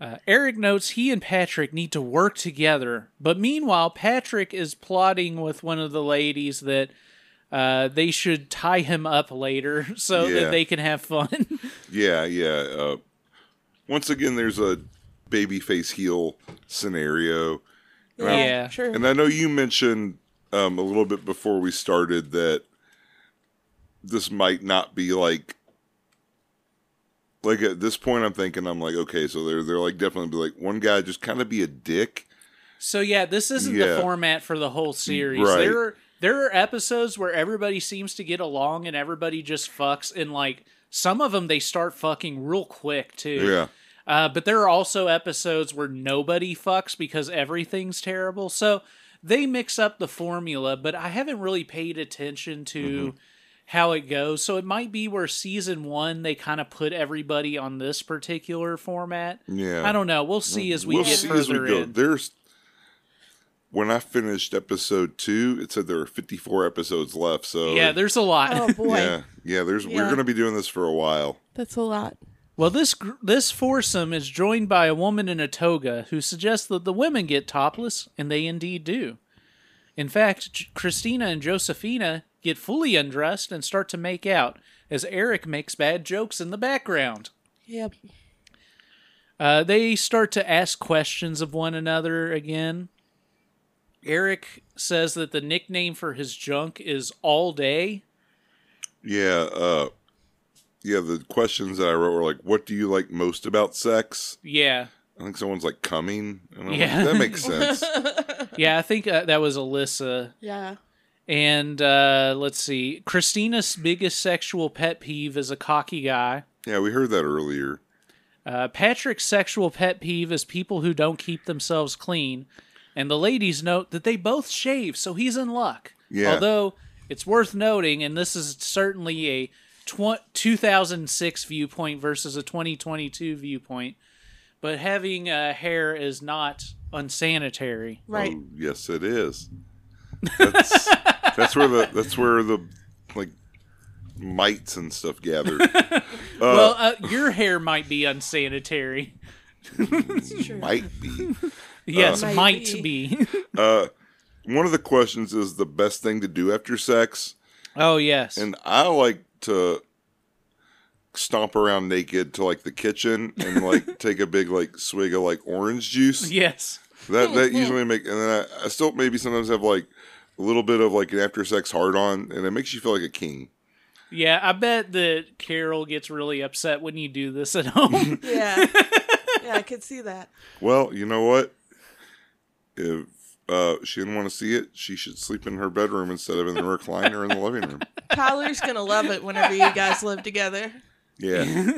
S1: Uh, Eric notes he and Patrick need to work together, but meanwhile, Patrick is plotting with one of the ladies that uh, they should tie him up later so
S5: Yeah.
S1: that they can have fun.
S5: Yeah, yeah. Uh, once again, there's a babyface heel scenario.
S4: Yeah.
S1: Yeah.
S4: Sure.
S5: And I know you mentioned um, a little bit before we started that this might not be like like at this point I'm thinking I'm like okay so they're they're like definitely be like one guy just kind of be a dick
S1: So yeah, this isn't
S5: Yeah.
S1: the format for the whole series.
S5: Right.
S1: There are there are episodes where everybody seems to get along and everybody just fucks and like some of them they start fucking real quick too.
S5: yeah
S1: Uh, but there are also episodes where nobody fucks because everything's terrible. So they mix up the formula, but I haven't really paid attention
S5: Mm-hmm.
S1: to how it goes. So it might be where season one they kind of put everybody on this particular format.
S5: yeah
S1: I don't know. We'll see as we
S5: we'll
S1: get
S5: see as we
S1: further
S5: go
S1: in.
S5: there's when I finished episode two it said there were 54 episodes left so
S1: Yeah, there's a lot.
S4: Oh boy,
S5: yeah yeah there's we're
S4: Yeah.
S5: gonna be doing this for a while
S4: that's a lot.
S1: Well, this gr- this foursome is joined by a woman in a toga who suggests that the women get topless, and they indeed do. In fact, J- Christina and Josephina get fully undressed and start to make out as Eric makes bad jokes in the background.
S4: Yep.
S1: Uh, they start to ask questions of one another again. Eric says that the nickname for his junk is All Day,
S5: Yeah, uh yeah, the questions that I wrote were like, What do you like most about sex?
S1: Yeah.
S5: I think someone's like coming. And I'm
S1: Yeah.
S5: like, that makes sense.
S1: Yeah, I think uh, that was Alyssa.
S4: yeah.
S5: Um,
S1: And uh, let's see. Christina's biggest sexual pet peeve is a cocky guy.
S5: yeah, we heard that earlier.
S1: Uh, Patrick's sexual pet peeve is people who don't keep themselves clean. And the ladies note that they both shave, so he's in luck.
S5: Yeah.
S1: Although it's worth noting, and this is certainly a tw- 2006 viewpoint versus a 2022 viewpoint, but having uh, hair is not unsanitary.
S4: Right.
S5: Oh, yes, it is. That's that's where the that's where the like mites and stuff gather.
S1: well, uh, your hair might be unsanitary.
S5: Might be.
S1: Yes,
S4: Might
S1: might be.
S5: One of the questions is the best thing to do after sex,
S1: oh, yes.
S5: and I like to stomp around naked to like the kitchen and like take a big like swig of like orange juice.
S1: yes.
S5: That that usually make and then I, I still maybe sometimes have like a little bit of like an after sex hard on and it makes you feel like a king.
S1: Yeah, I bet that Carol gets really upset when you do this at home.
S4: Yeah. yeah, I could see that.
S5: Well, you know what? If uh, she didn't want to see it, she should sleep in her bedroom instead of in the recliner in the living room.
S4: Tyler's gonna love it whenever you guys live together.
S5: Yeah.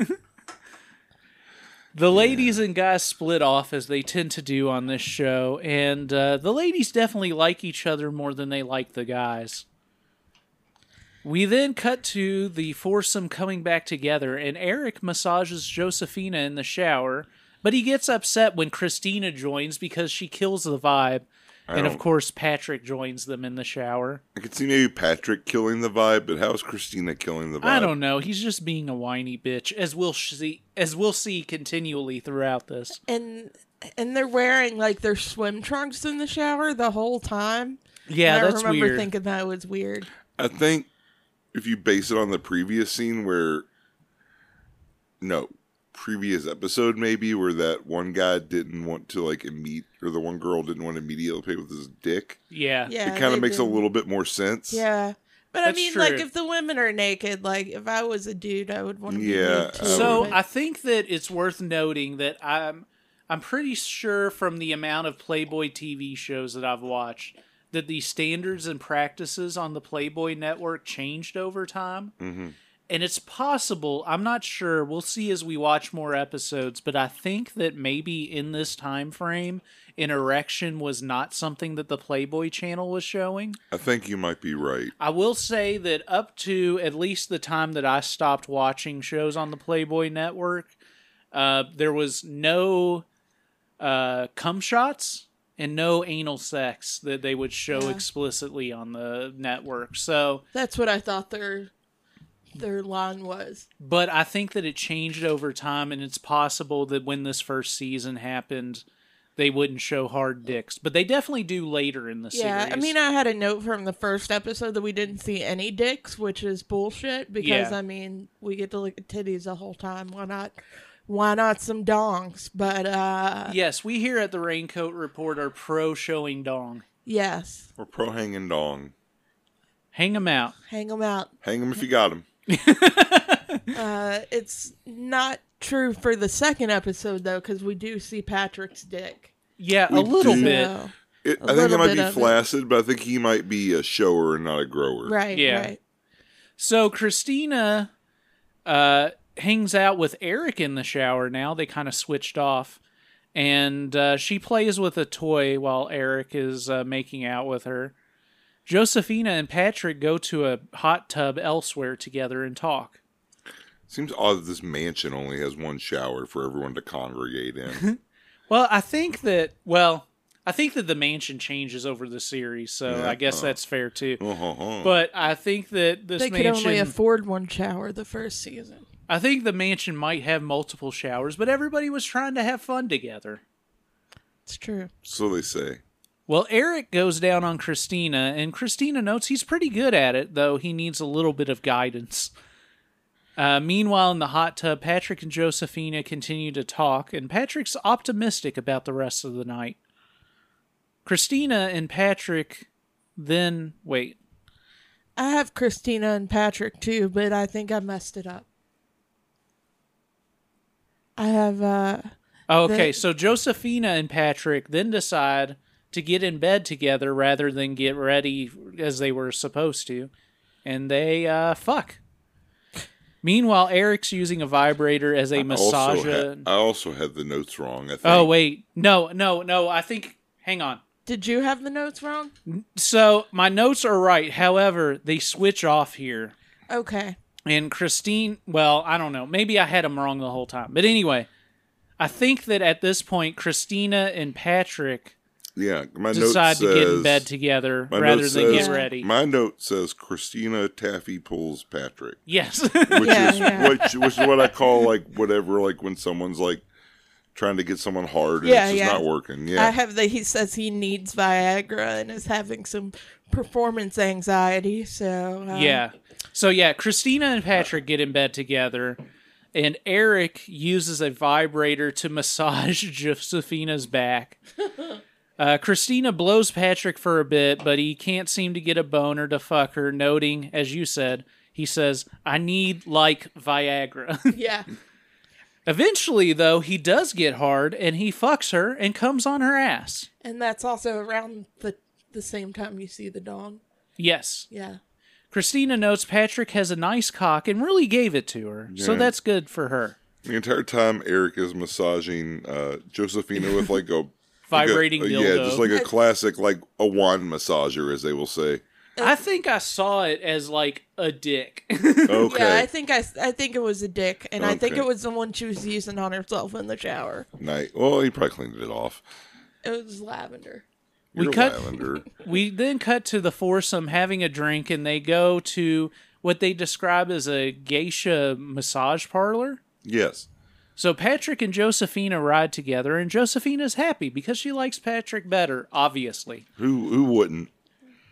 S1: the ladies and guys split off as they tend to do on this show, and uh, the ladies definitely like each other more than they like the guys. We then cut to the foursome coming back together, and Eric massages Josephina in the shower, but he gets upset when Christina joins because she kills the vibe. And of
S5: don't-
S1: course, Patrick joins them in the shower.
S5: I could see maybe Patrick killing the vibe, but how is Christina killing the vibe?
S1: I don't know. He's just being a whiny bitch, as we'll see, as we'll see continually throughout this.
S4: And and they're wearing like their swim trunks in the shower the whole time.
S1: Yeah,
S4: And I
S1: that's
S4: remember
S1: weird.
S4: thinking that was weird.
S5: I think if you base it on the previous scene where, no, previous episode maybe where that one guy didn't want to like meet or the one girl didn't want to immediately play with his dick.
S1: yeah.
S4: Yeah.
S5: it
S4: they
S5: kind of makes
S4: didn't-
S5: a little bit more sense.
S4: Yeah. But I
S1: That's
S4: mean, like,
S1: true.
S4: if the women are naked, like, if I was a dude, I would want to
S5: Yeah,
S4: be naked.
S5: I
S1: So
S4: but-
S1: I think that it's worth noting that I'm I'm pretty sure from the amount of Playboy TV shows that I've watched that the standards and practices on the Playboy network changed over time. And it's possible, I'm not sure, we'll see as we watch more episodes, but I think that maybe in this time frame, an erection was not something that the Playboy channel was showing.
S5: I think you might be right.
S1: I will say that up to at least the time that I stopped watching shows on the Playboy Network, uh, there was no uh, cum shots and no anal sex that they would show explicitly on the network. So,
S4: that's what I thought their their line was.
S1: but I think that it changed over time, and it's possible that when this first season happened, they wouldn't show hard dicks, but they definitely do later in the
S4: Yeah,
S1: series.
S4: I mean, I had a note from the first episode that we didn't see any dicks, which is bullshit. Because
S1: Yeah.
S4: I mean, we get to look at titties the whole time. Why not? Why not some dongs? But uh,
S1: yes, we here at the Raincoat Report are pro showing dong.
S4: yes,
S5: Or pro hanging dong.
S1: Hang them out.
S4: hang them out.
S5: Hang him if you got him.
S4: Uh, it's not true for the second episode though, because we do see Patrick's dick.
S1: Yeah,
S5: We
S1: a little
S5: do.
S1: bit.
S4: So,
S5: It,
S4: A
S5: I think
S4: little
S5: it might
S4: bit
S5: be
S4: of it.
S5: flaccid, but I think he might be a shower and not a grower.
S4: right,
S1: Yeah.
S4: right.
S1: So Christina uh, hangs out with Eric in the shower now. They kind of switched off. And uh, she plays with a toy while Eric is uh, making out with her. Josephina and Patrick go to a hot tub elsewhere together and talk.
S5: Seems odd that this mansion only has one shower for everyone to congregate in.
S1: Well, I think that, well, I think that the mansion changes over the series, so I guess that's fair too. But I think that this
S4: They could
S1: mansion.
S4: only afford one shower the first season.
S1: I think the mansion might have multiple showers, but everybody was trying to have fun together.
S4: It's true.
S5: so they say.
S1: Well, Eric goes down on Christina, and Christina notes he's pretty good at it, though he needs a little bit of guidance. Uh, meanwhile, in the hot tub, Patrick and Josephina continue to talk, and Patrick's optimistic about the rest of the night. Christina and Patrick then wait.
S4: I have Christina and Patrick too, but I think I messed it up. I have uh
S1: Oh, okay,
S4: They-
S1: so Josephina and Patrick then decide to get in bed together rather than get ready as they were supposed to, and they uh, fuck. Meanwhile, Eric's using a vibrator as a
S5: Also
S1: massage.
S5: had, I also had the notes wrong. I think.
S1: oh wait, no, no, no. I think. Hang on.
S4: did you have the notes wrong?
S1: So my notes are right. However, they switch off here.
S4: Okay.
S1: And Christine, well, I don't know. Maybe I had them wrong the whole time. But anyway, I think that at this point, Christina and Patrick
S5: yeah, my note
S1: decide
S5: says.
S1: to get in bed together
S5: my
S1: rather than
S5: note
S1: get
S5: says-
S1: ready.
S5: My note says Christina Taffy pulls Patrick,
S1: yes.
S5: which
S4: Yeah,
S5: is
S4: yeah.
S5: Which, which is what I call like whatever like when someone's like trying to get someone hard and
S4: Yeah,
S5: it's just
S4: yeah.
S5: not working. Yeah,
S4: I have that he says he needs Viagra and is having some performance anxiety, so um,
S1: yeah. So yeah, Christina and Patrick get in bed together, and Eric uses a vibrator to massage Josephina's back. Uh, Christina blows Patrick for a bit, but he can't seem to get a boner to fuck her, noting, as you said, he says, I need like Viagra.
S4: Yeah.
S1: Eventually, though, he does get hard and he fucks her and comes on her ass.
S4: And that's also around the the same time you see the dawn.
S1: Yes.
S4: Yeah.
S1: Christina notes Patrick has a nice cock and really gave it to her. So
S5: Yeah.
S1: that's good for her.
S5: the entire time Eric is massaging uh, Josephina with like a like a-
S1: Vibrating
S5: a-
S1: dildo.
S5: Yeah, just like a classic like a wand massager, as they will say.
S1: I think I saw it as like a dick.
S5: Okay.
S4: Yeah, I think I, s- I think it was a dick, and I think
S5: Okay.
S4: it was the one she was using on herself in the shower.
S5: Night. Well, he probably cleaned it off.
S4: It was lavender.
S1: We
S5: You're
S1: cut-
S5: Lavender.
S1: we then cut to the foursome having a drink and they go to what they describe as a geisha massage parlor.
S5: yes.
S1: So Patrick and Josephina ride together and Josephina's happy because she likes Patrick better, obviously.
S5: Who who wouldn't?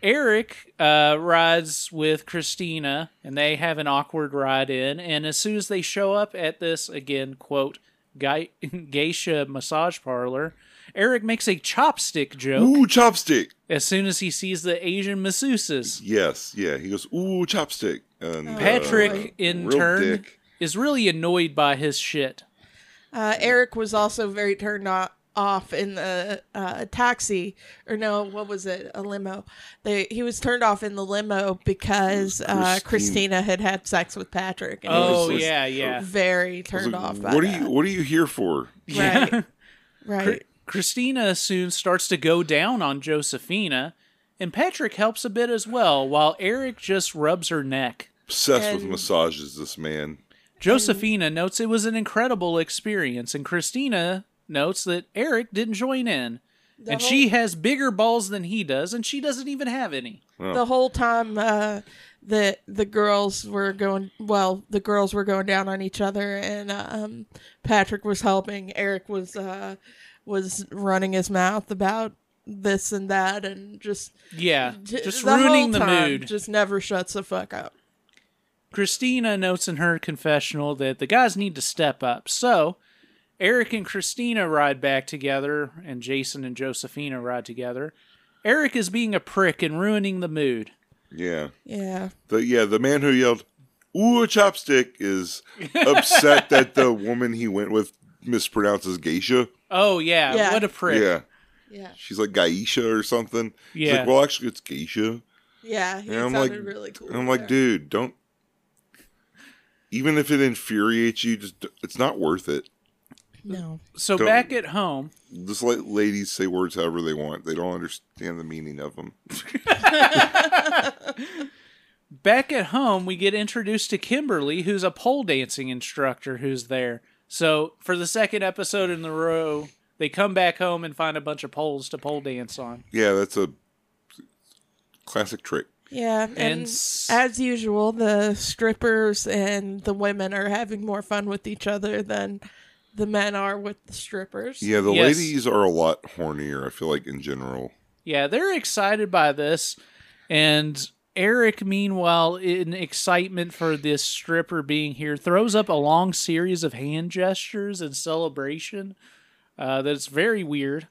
S1: Eric uh, rides with Christina, and they have an awkward ride in. And as soon as they show up at this again, quote "ge- geisha massage parlor, Eric makes a chopstick joke
S5: Ooh, chopstick.
S1: as soon as he sees the Asian
S5: Uh,
S1: masseuses.
S5: Yes, yeah. He goes, ooh, chopstick. And
S1: Oh. Patrick,
S5: uh,
S1: in
S5: real
S1: turn,
S5: dick.
S1: is really annoyed by his shit.
S4: Uh, Eric was also very turned o- off in the uh, taxi, or no, what was it? A limo. They, he was turned off in the limo because uh,
S5: Christine-
S4: Christina had had sex with Patrick. And he was
S1: Oh
S5: just-
S1: yeah, yeah,
S4: very turned
S5: Like,
S4: off. By
S5: what are
S4: that.
S5: you what are you here for?
S1: yeah.
S4: Right.
S1: Christina soon starts to go down on Josephina, and Patrick helps a bit as well, while Eric just rubs her neck.
S5: Obsessed with
S4: And-
S5: massages, this man.
S4: Mm.
S1: Josephina notes it was an incredible experience, and Christina notes that Eric didn't join in. and
S4: whole-
S1: she has bigger balls than he does, and she doesn't even have any.
S4: the whole time uh the the girls were going well the girls were going down on each other and uh, um patrick was helping eric was uh was running his mouth about this and that and just
S1: Yeah,
S4: j-
S1: just
S4: the
S1: ruining
S4: whole
S1: the
S4: time
S1: mood.
S4: just never shuts the fuck up
S1: Christina notes in her confessional that the guys need to step up. So Eric and Christina ride back together, and Jason and Josephina ride together. Eric is being a prick and ruining the mood.
S5: Yeah.
S4: yeah
S5: The yeah, the man who yelled, Ooh, a chopstick is upset that the woman he went with mispronounces geisha.
S1: Oh yeah,
S4: Yeah.
S1: what a prick!
S5: Yeah.
S4: yeah
S5: She's like Gaisha or something. She's
S1: Yeah.
S5: like, well actually it's geisha.
S4: yeah he
S5: And I'm
S4: sounded
S5: like-
S4: really cool
S5: And I'm
S4: there.
S5: like, dude, don't. Even if it infuriates you, just it's not worth it.
S4: no
S1: So
S5: Don't-
S1: back at home,
S5: Just let ladies say words however they want. They don't understand the meaning of them.
S1: back at home, we get introduced to Kimberly, who's a pole dancing instructor who's there. So for the second episode in the row, they come back home and find a bunch of poles to pole dance on.
S5: Yeah, that's a classic trick.
S4: yeah and,
S1: And s-
S4: as usual the strippers and the women are having more fun with each other than the men are with the strippers
S5: Yeah, the
S1: Yes.
S5: ladies are a lot hornier. I feel like in general.
S1: Yeah, they're excited by this. And Eric, meanwhile, in excitement for this stripper being here, throws up a long series of hand gestures and celebration uh, that's very weird.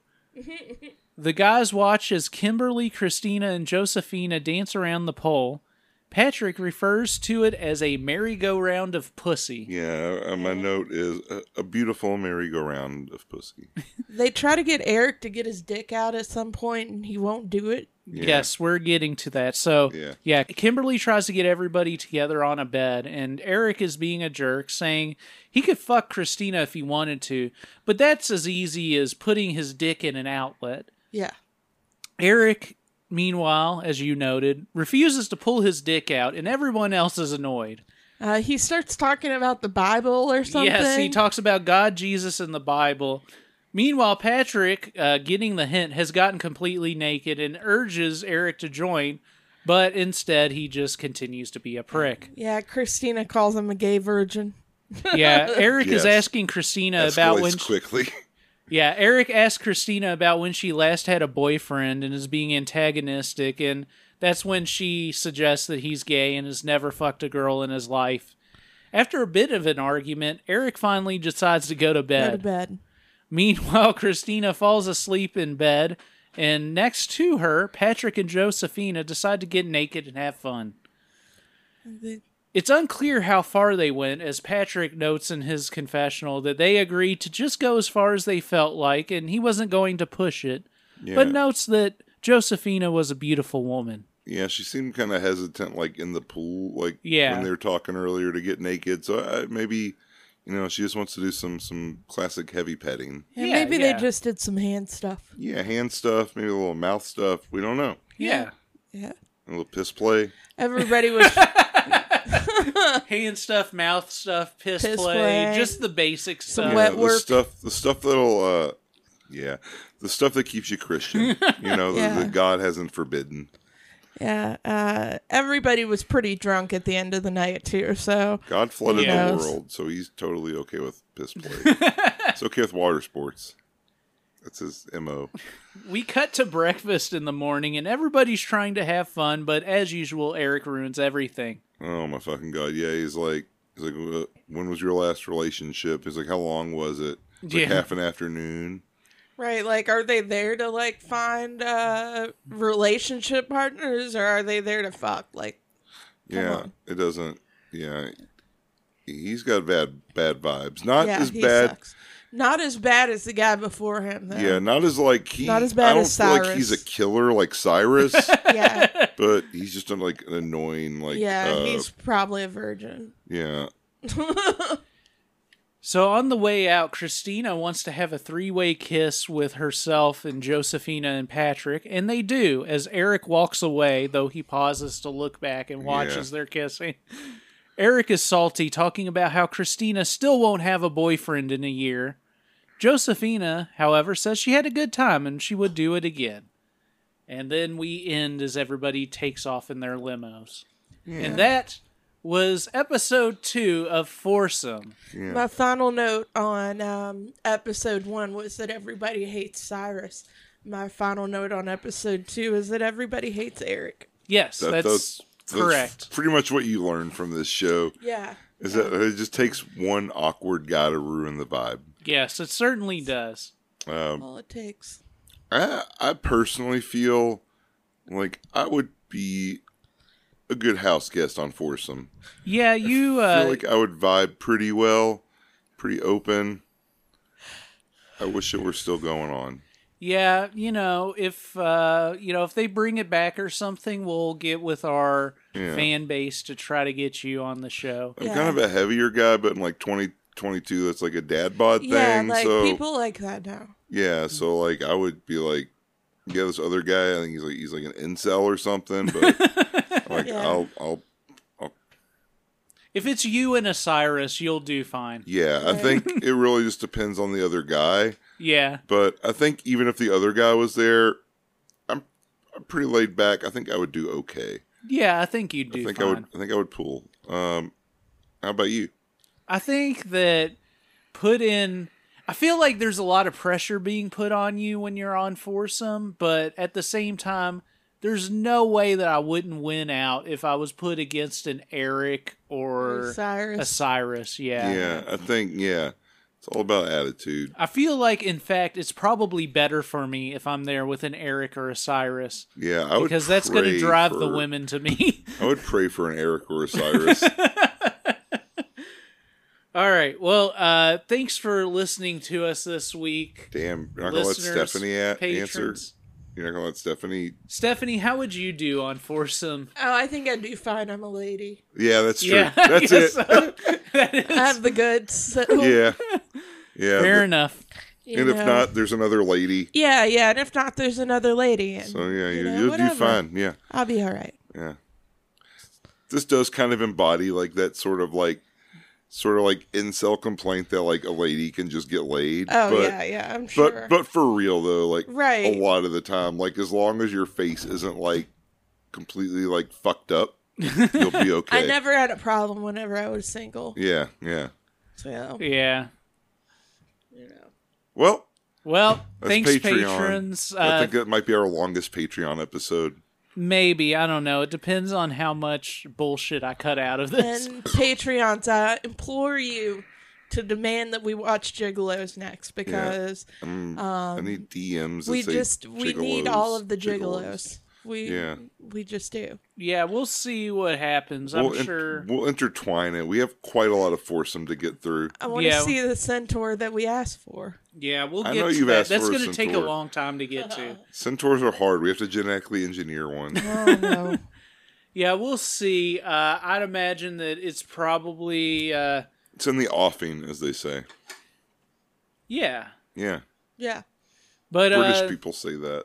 S1: the guys watch as Kimberly, Christina, and Josephina dance around the pole. Patrick refers to it as a merry-go-round of pussy.
S5: Yeah, uh, my note is a, a beautiful merry-go-round of pussy.
S4: They try to get Eric to get his dick out at some point and he won't do it.
S5: Yeah.
S1: Yes, we're getting to that. So,
S5: Yeah.
S1: Kimberly tries to get everybody together on a bed, and Eric is being a jerk, saying he could fuck Christina if he wanted to, but that's as easy as putting his dick in an outlet.
S4: Yeah.
S1: Eric, meanwhile, as you noted, refuses to pull his dick out, and everyone else is annoyed.
S4: Uh, he starts talking about the Bible or something.
S1: Yes, he talks about God, Jesus, and the Bible. Meanwhile, Patrick, uh, getting the hint, has gotten completely naked and urges Eric to join, but instead he just continues to be a prick.
S4: yeah, Christina calls him a gay virgin.
S1: Yeah, Eric is
S5: Yes.
S1: asking Christina about
S5: Escalates
S1: when. She,
S5: quickly.
S1: yeah, Eric asked Christina about when she last had a boyfriend and is being antagonistic, and that's when she suggests that he's gay and has never fucked a girl in his life. After a bit of an argument, Eric finally decides to go to
S4: Go
S1: bed.
S4: to bed.
S1: Meanwhile, Christina falls asleep in bed, and next to her, Patrick and Josephina decide to get naked and have fun. It's unclear how far they went, as Patrick notes in his confessional that they agreed to just go as far as they felt like, and he wasn't going to push it,
S5: Yeah.
S1: but notes that Josephina was a beautiful woman.
S5: Yeah, she seemed kind of hesitant, like in the pool, like
S1: Yeah.
S5: when they were talking earlier to get naked. So uh, maybe, you know, she just wants to do some some classic heavy petting.
S4: And
S1: Yeah,
S4: maybe
S1: yeah.
S4: they just did some hand stuff.
S5: Yeah, hand stuff, maybe a little mouth stuff. We don't know.
S1: Yeah.
S4: Yeah.
S5: A little piss play.
S4: Everybody was
S1: Hand stuff, mouth stuff, piss,
S4: Piss
S1: play,
S4: play.
S1: just the basic stuff.
S4: Yeah. wet
S5: the
S4: work.
S5: stuff. The stuff that'll. uh Yeah, the stuff that keeps you Christian. you know,
S4: Yeah.
S5: that God hasn't forbidden.
S4: yeah, uh, everybody was pretty drunk at the end of the night too. So
S5: God flooded
S1: Yes.
S5: the world, so he's totally okay with piss play. it's okay with water sports. That's his mo.
S1: We cut to breakfast in the morning and everybody's trying to have fun, but as usual, Eric ruins everything.
S5: Oh my fucking god! Yeah, he's like, he's like, "Uh, when was your last relationship? He's like, how long was it? It's
S1: Yeah.
S5: Like half an afternoon.
S4: right, like, are they there to like find uh, relationship partners, or are they there to fuck? Like,
S5: Yeah,
S4: on.
S5: it doesn't. Yeah, he's got bad bad vibes. Not
S4: yeah,
S5: as
S4: he
S5: bad.
S4: sucks. Not as bad as the guy before him. Though.
S5: Yeah, not as like he.
S4: Not as bad
S5: I don't
S4: as
S5: feel like he's a
S4: Cyrus.
S5: killer like Cyrus,
S4: yeah,
S5: but he's just an, like an annoying like.
S4: yeah.
S5: uh,
S4: he's probably a virgin.
S5: yeah.
S1: So on the way out, Christina wants to have a three way kiss with herself and Josephina and Patrick, and they do as Eric walks away, though he pauses to look back and watches their kissing. Eric is salty, talking about how Christina still won't have a boyfriend in a year. Josephina, however, says she had a good time and she would do it again. And then we end as everybody takes off in their limos. And that was episode two of Foursome.
S4: My final note on um, episode one was that everybody hates Cyrus. My final note on episode two is that everybody hates Eric.
S1: Yes,
S5: That-
S1: that's, correct.
S5: pretty much what you learn from this show
S4: Yeah.
S5: is that it just takes one awkward guy to ruin the vibe.
S1: yes, it certainly does.
S5: um,
S4: All it takes.
S5: I I personally feel like I would be a good house guest on foursome.
S1: Yeah, you.
S5: I
S1: Uh,
S5: feel like I would vibe pretty well, pretty open. I wish it were still going on.
S1: yeah, you know, if uh, you know, if they bring it back or something, we'll get with our
S5: Yeah.
S1: fan base to try to get you on the show.
S5: I'm kind of a heavier guy, but in like 2022, that's like a dad bod
S4: Yeah,
S5: thing.
S4: like
S5: so
S4: people like that now.
S5: yeah, so like I would be like, yeah, this other guy. I think he's like he's like an incel or something. But like
S4: Yeah.
S5: I'll I'll
S1: If it's you and Osiris, you'll do fine.
S5: yeah. I think it really just depends on the other guy.
S1: Yeah,
S5: But I think even if the other guy was there, I'm I'm pretty laid back. I think I would do okay.
S1: yeah, I think you'd do
S5: I think
S1: fine.
S5: I would I think I would pull. Um how about you?
S1: I think that put in. I feel like there's a lot of pressure being put on you when you're on foursome, but at the same time, there's no way that I wouldn't win out if I was put against an Eric or
S4: Cyrus.
S1: a Cyrus. Yeah.
S5: Yeah, I think yeah. It's all about attitude.
S1: I feel like, in fact, it's probably better for me if I'm there with an Eric or a Cyrus
S5: Yeah, I would
S1: because that's going to
S5: pray
S1: drive the
S5: Oh, for-
S1: women to me.
S5: I would pray for an Eric or a Cyrus.
S1: All right. Well, uh, thanks for listening to us this week.
S5: Damn, you're not gonna let
S1: Listeners,
S5: Stephanie a- answer.
S1: patrons.
S5: You're not gonna let Stephanie.
S1: Stephanie, how would you do on foursome?
S4: Oh, I think I do fine. I'm a lady.
S5: Yeah, that's true.
S1: Yeah, I
S5: that's it.
S1: guess so. That is-
S4: I have the goods. So,
S5: Yeah, yeah.
S1: fair
S5: but-
S1: enough.
S4: you
S5: and if
S4: know.
S5: not, there's another lady.
S4: yeah, yeah. And if not, there's another lady. And
S5: So yeah, you,
S4: know,
S5: you'll
S4: whatever.
S5: do fine. Yeah,
S4: I'll be all right.
S5: yeah. This does kind of embody like that sort of like, sort of like incel complaint that like a lady can just get laid.
S4: Oh
S5: but,
S4: yeah, yeah. I'm sure.
S5: But but for real though, like
S4: Right.
S5: a lot of the time, like as long as your face isn't like completely like fucked up, you'll be okay.
S4: I never had a problem whenever I was single.
S5: Yeah, yeah.
S4: So
S1: Yeah.
S4: you know.
S5: Well,
S1: Well,
S5: That's
S1: thanks,
S5: Patreon.
S1: patrons.
S5: I
S1: Uh,
S5: think that might be our longest Patreon episode.
S1: maybe I don't know. It depends on how much bullshit I cut out of this.
S4: And Patreons, I implore you to demand that we watch Gigolos next because
S5: Mm, I
S4: um,
S5: need DMs. that
S4: we
S5: say
S4: just we need
S5: gigolos,
S4: all of the gigolos.
S5: gigolos.
S4: We
S5: Yeah.
S4: we just do.
S1: yeah, we'll see what happens. I'm
S5: we'll, in-
S1: sure.
S5: we'll intertwine it. We have quite a lot of foursome to get through.
S4: I want to
S1: Yeah.
S4: see the centaur that we asked for.
S1: yeah, we'll
S5: I
S1: get
S5: know
S1: to
S5: you've
S1: that.
S5: asked
S1: That's
S5: for
S1: going to
S5: some
S1: take a
S5: tour.
S1: long time to get to.
S5: Centaurs are hard. We have to genetically engineer one.
S4: Oh no.
S1: Yeah, we'll see. Uh, I'd imagine that it's probably uh,
S5: it's in the offing, as they say.
S1: yeah.
S5: Yeah,
S4: yeah.
S1: But
S5: British
S1: uh,
S5: people say that.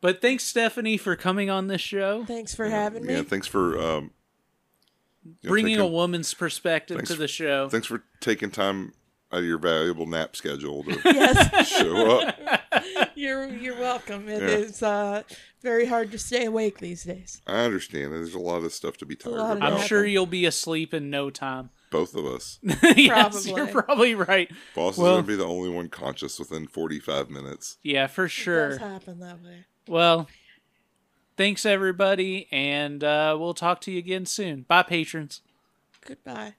S1: but thanks Stephanie for coming on this show,
S4: Thanks for having me.
S5: Yeah, thanks for um, you know,
S1: bringing a
S5: taking-
S1: woman's perspective
S5: Thanks
S1: to
S5: for-
S1: the show.
S5: Thanks for taking time out of your valuable nap schedule to
S4: yes,
S5: show up.
S4: you're you're welcome. It
S5: Yeah.
S4: is uh, very hard to stay awake these days.
S5: I understand. There's a lot of stuff to be
S4: lot
S5: tired
S4: of
S5: about.
S1: I'm
S4: Nothing.
S1: sure you'll be asleep in no time.
S5: Both of us.
S1: yes, you're
S4: Probably.
S1: probably right.
S5: Boss
S1: Well-
S5: is going to be the only one conscious within 45 minutes.
S1: Yeah, for
S4: It does
S1: sure.
S4: happen that way.
S1: Well, thanks everybody, and uh, we'll talk to you again soon. Bye, patrons.
S4: Goodbye.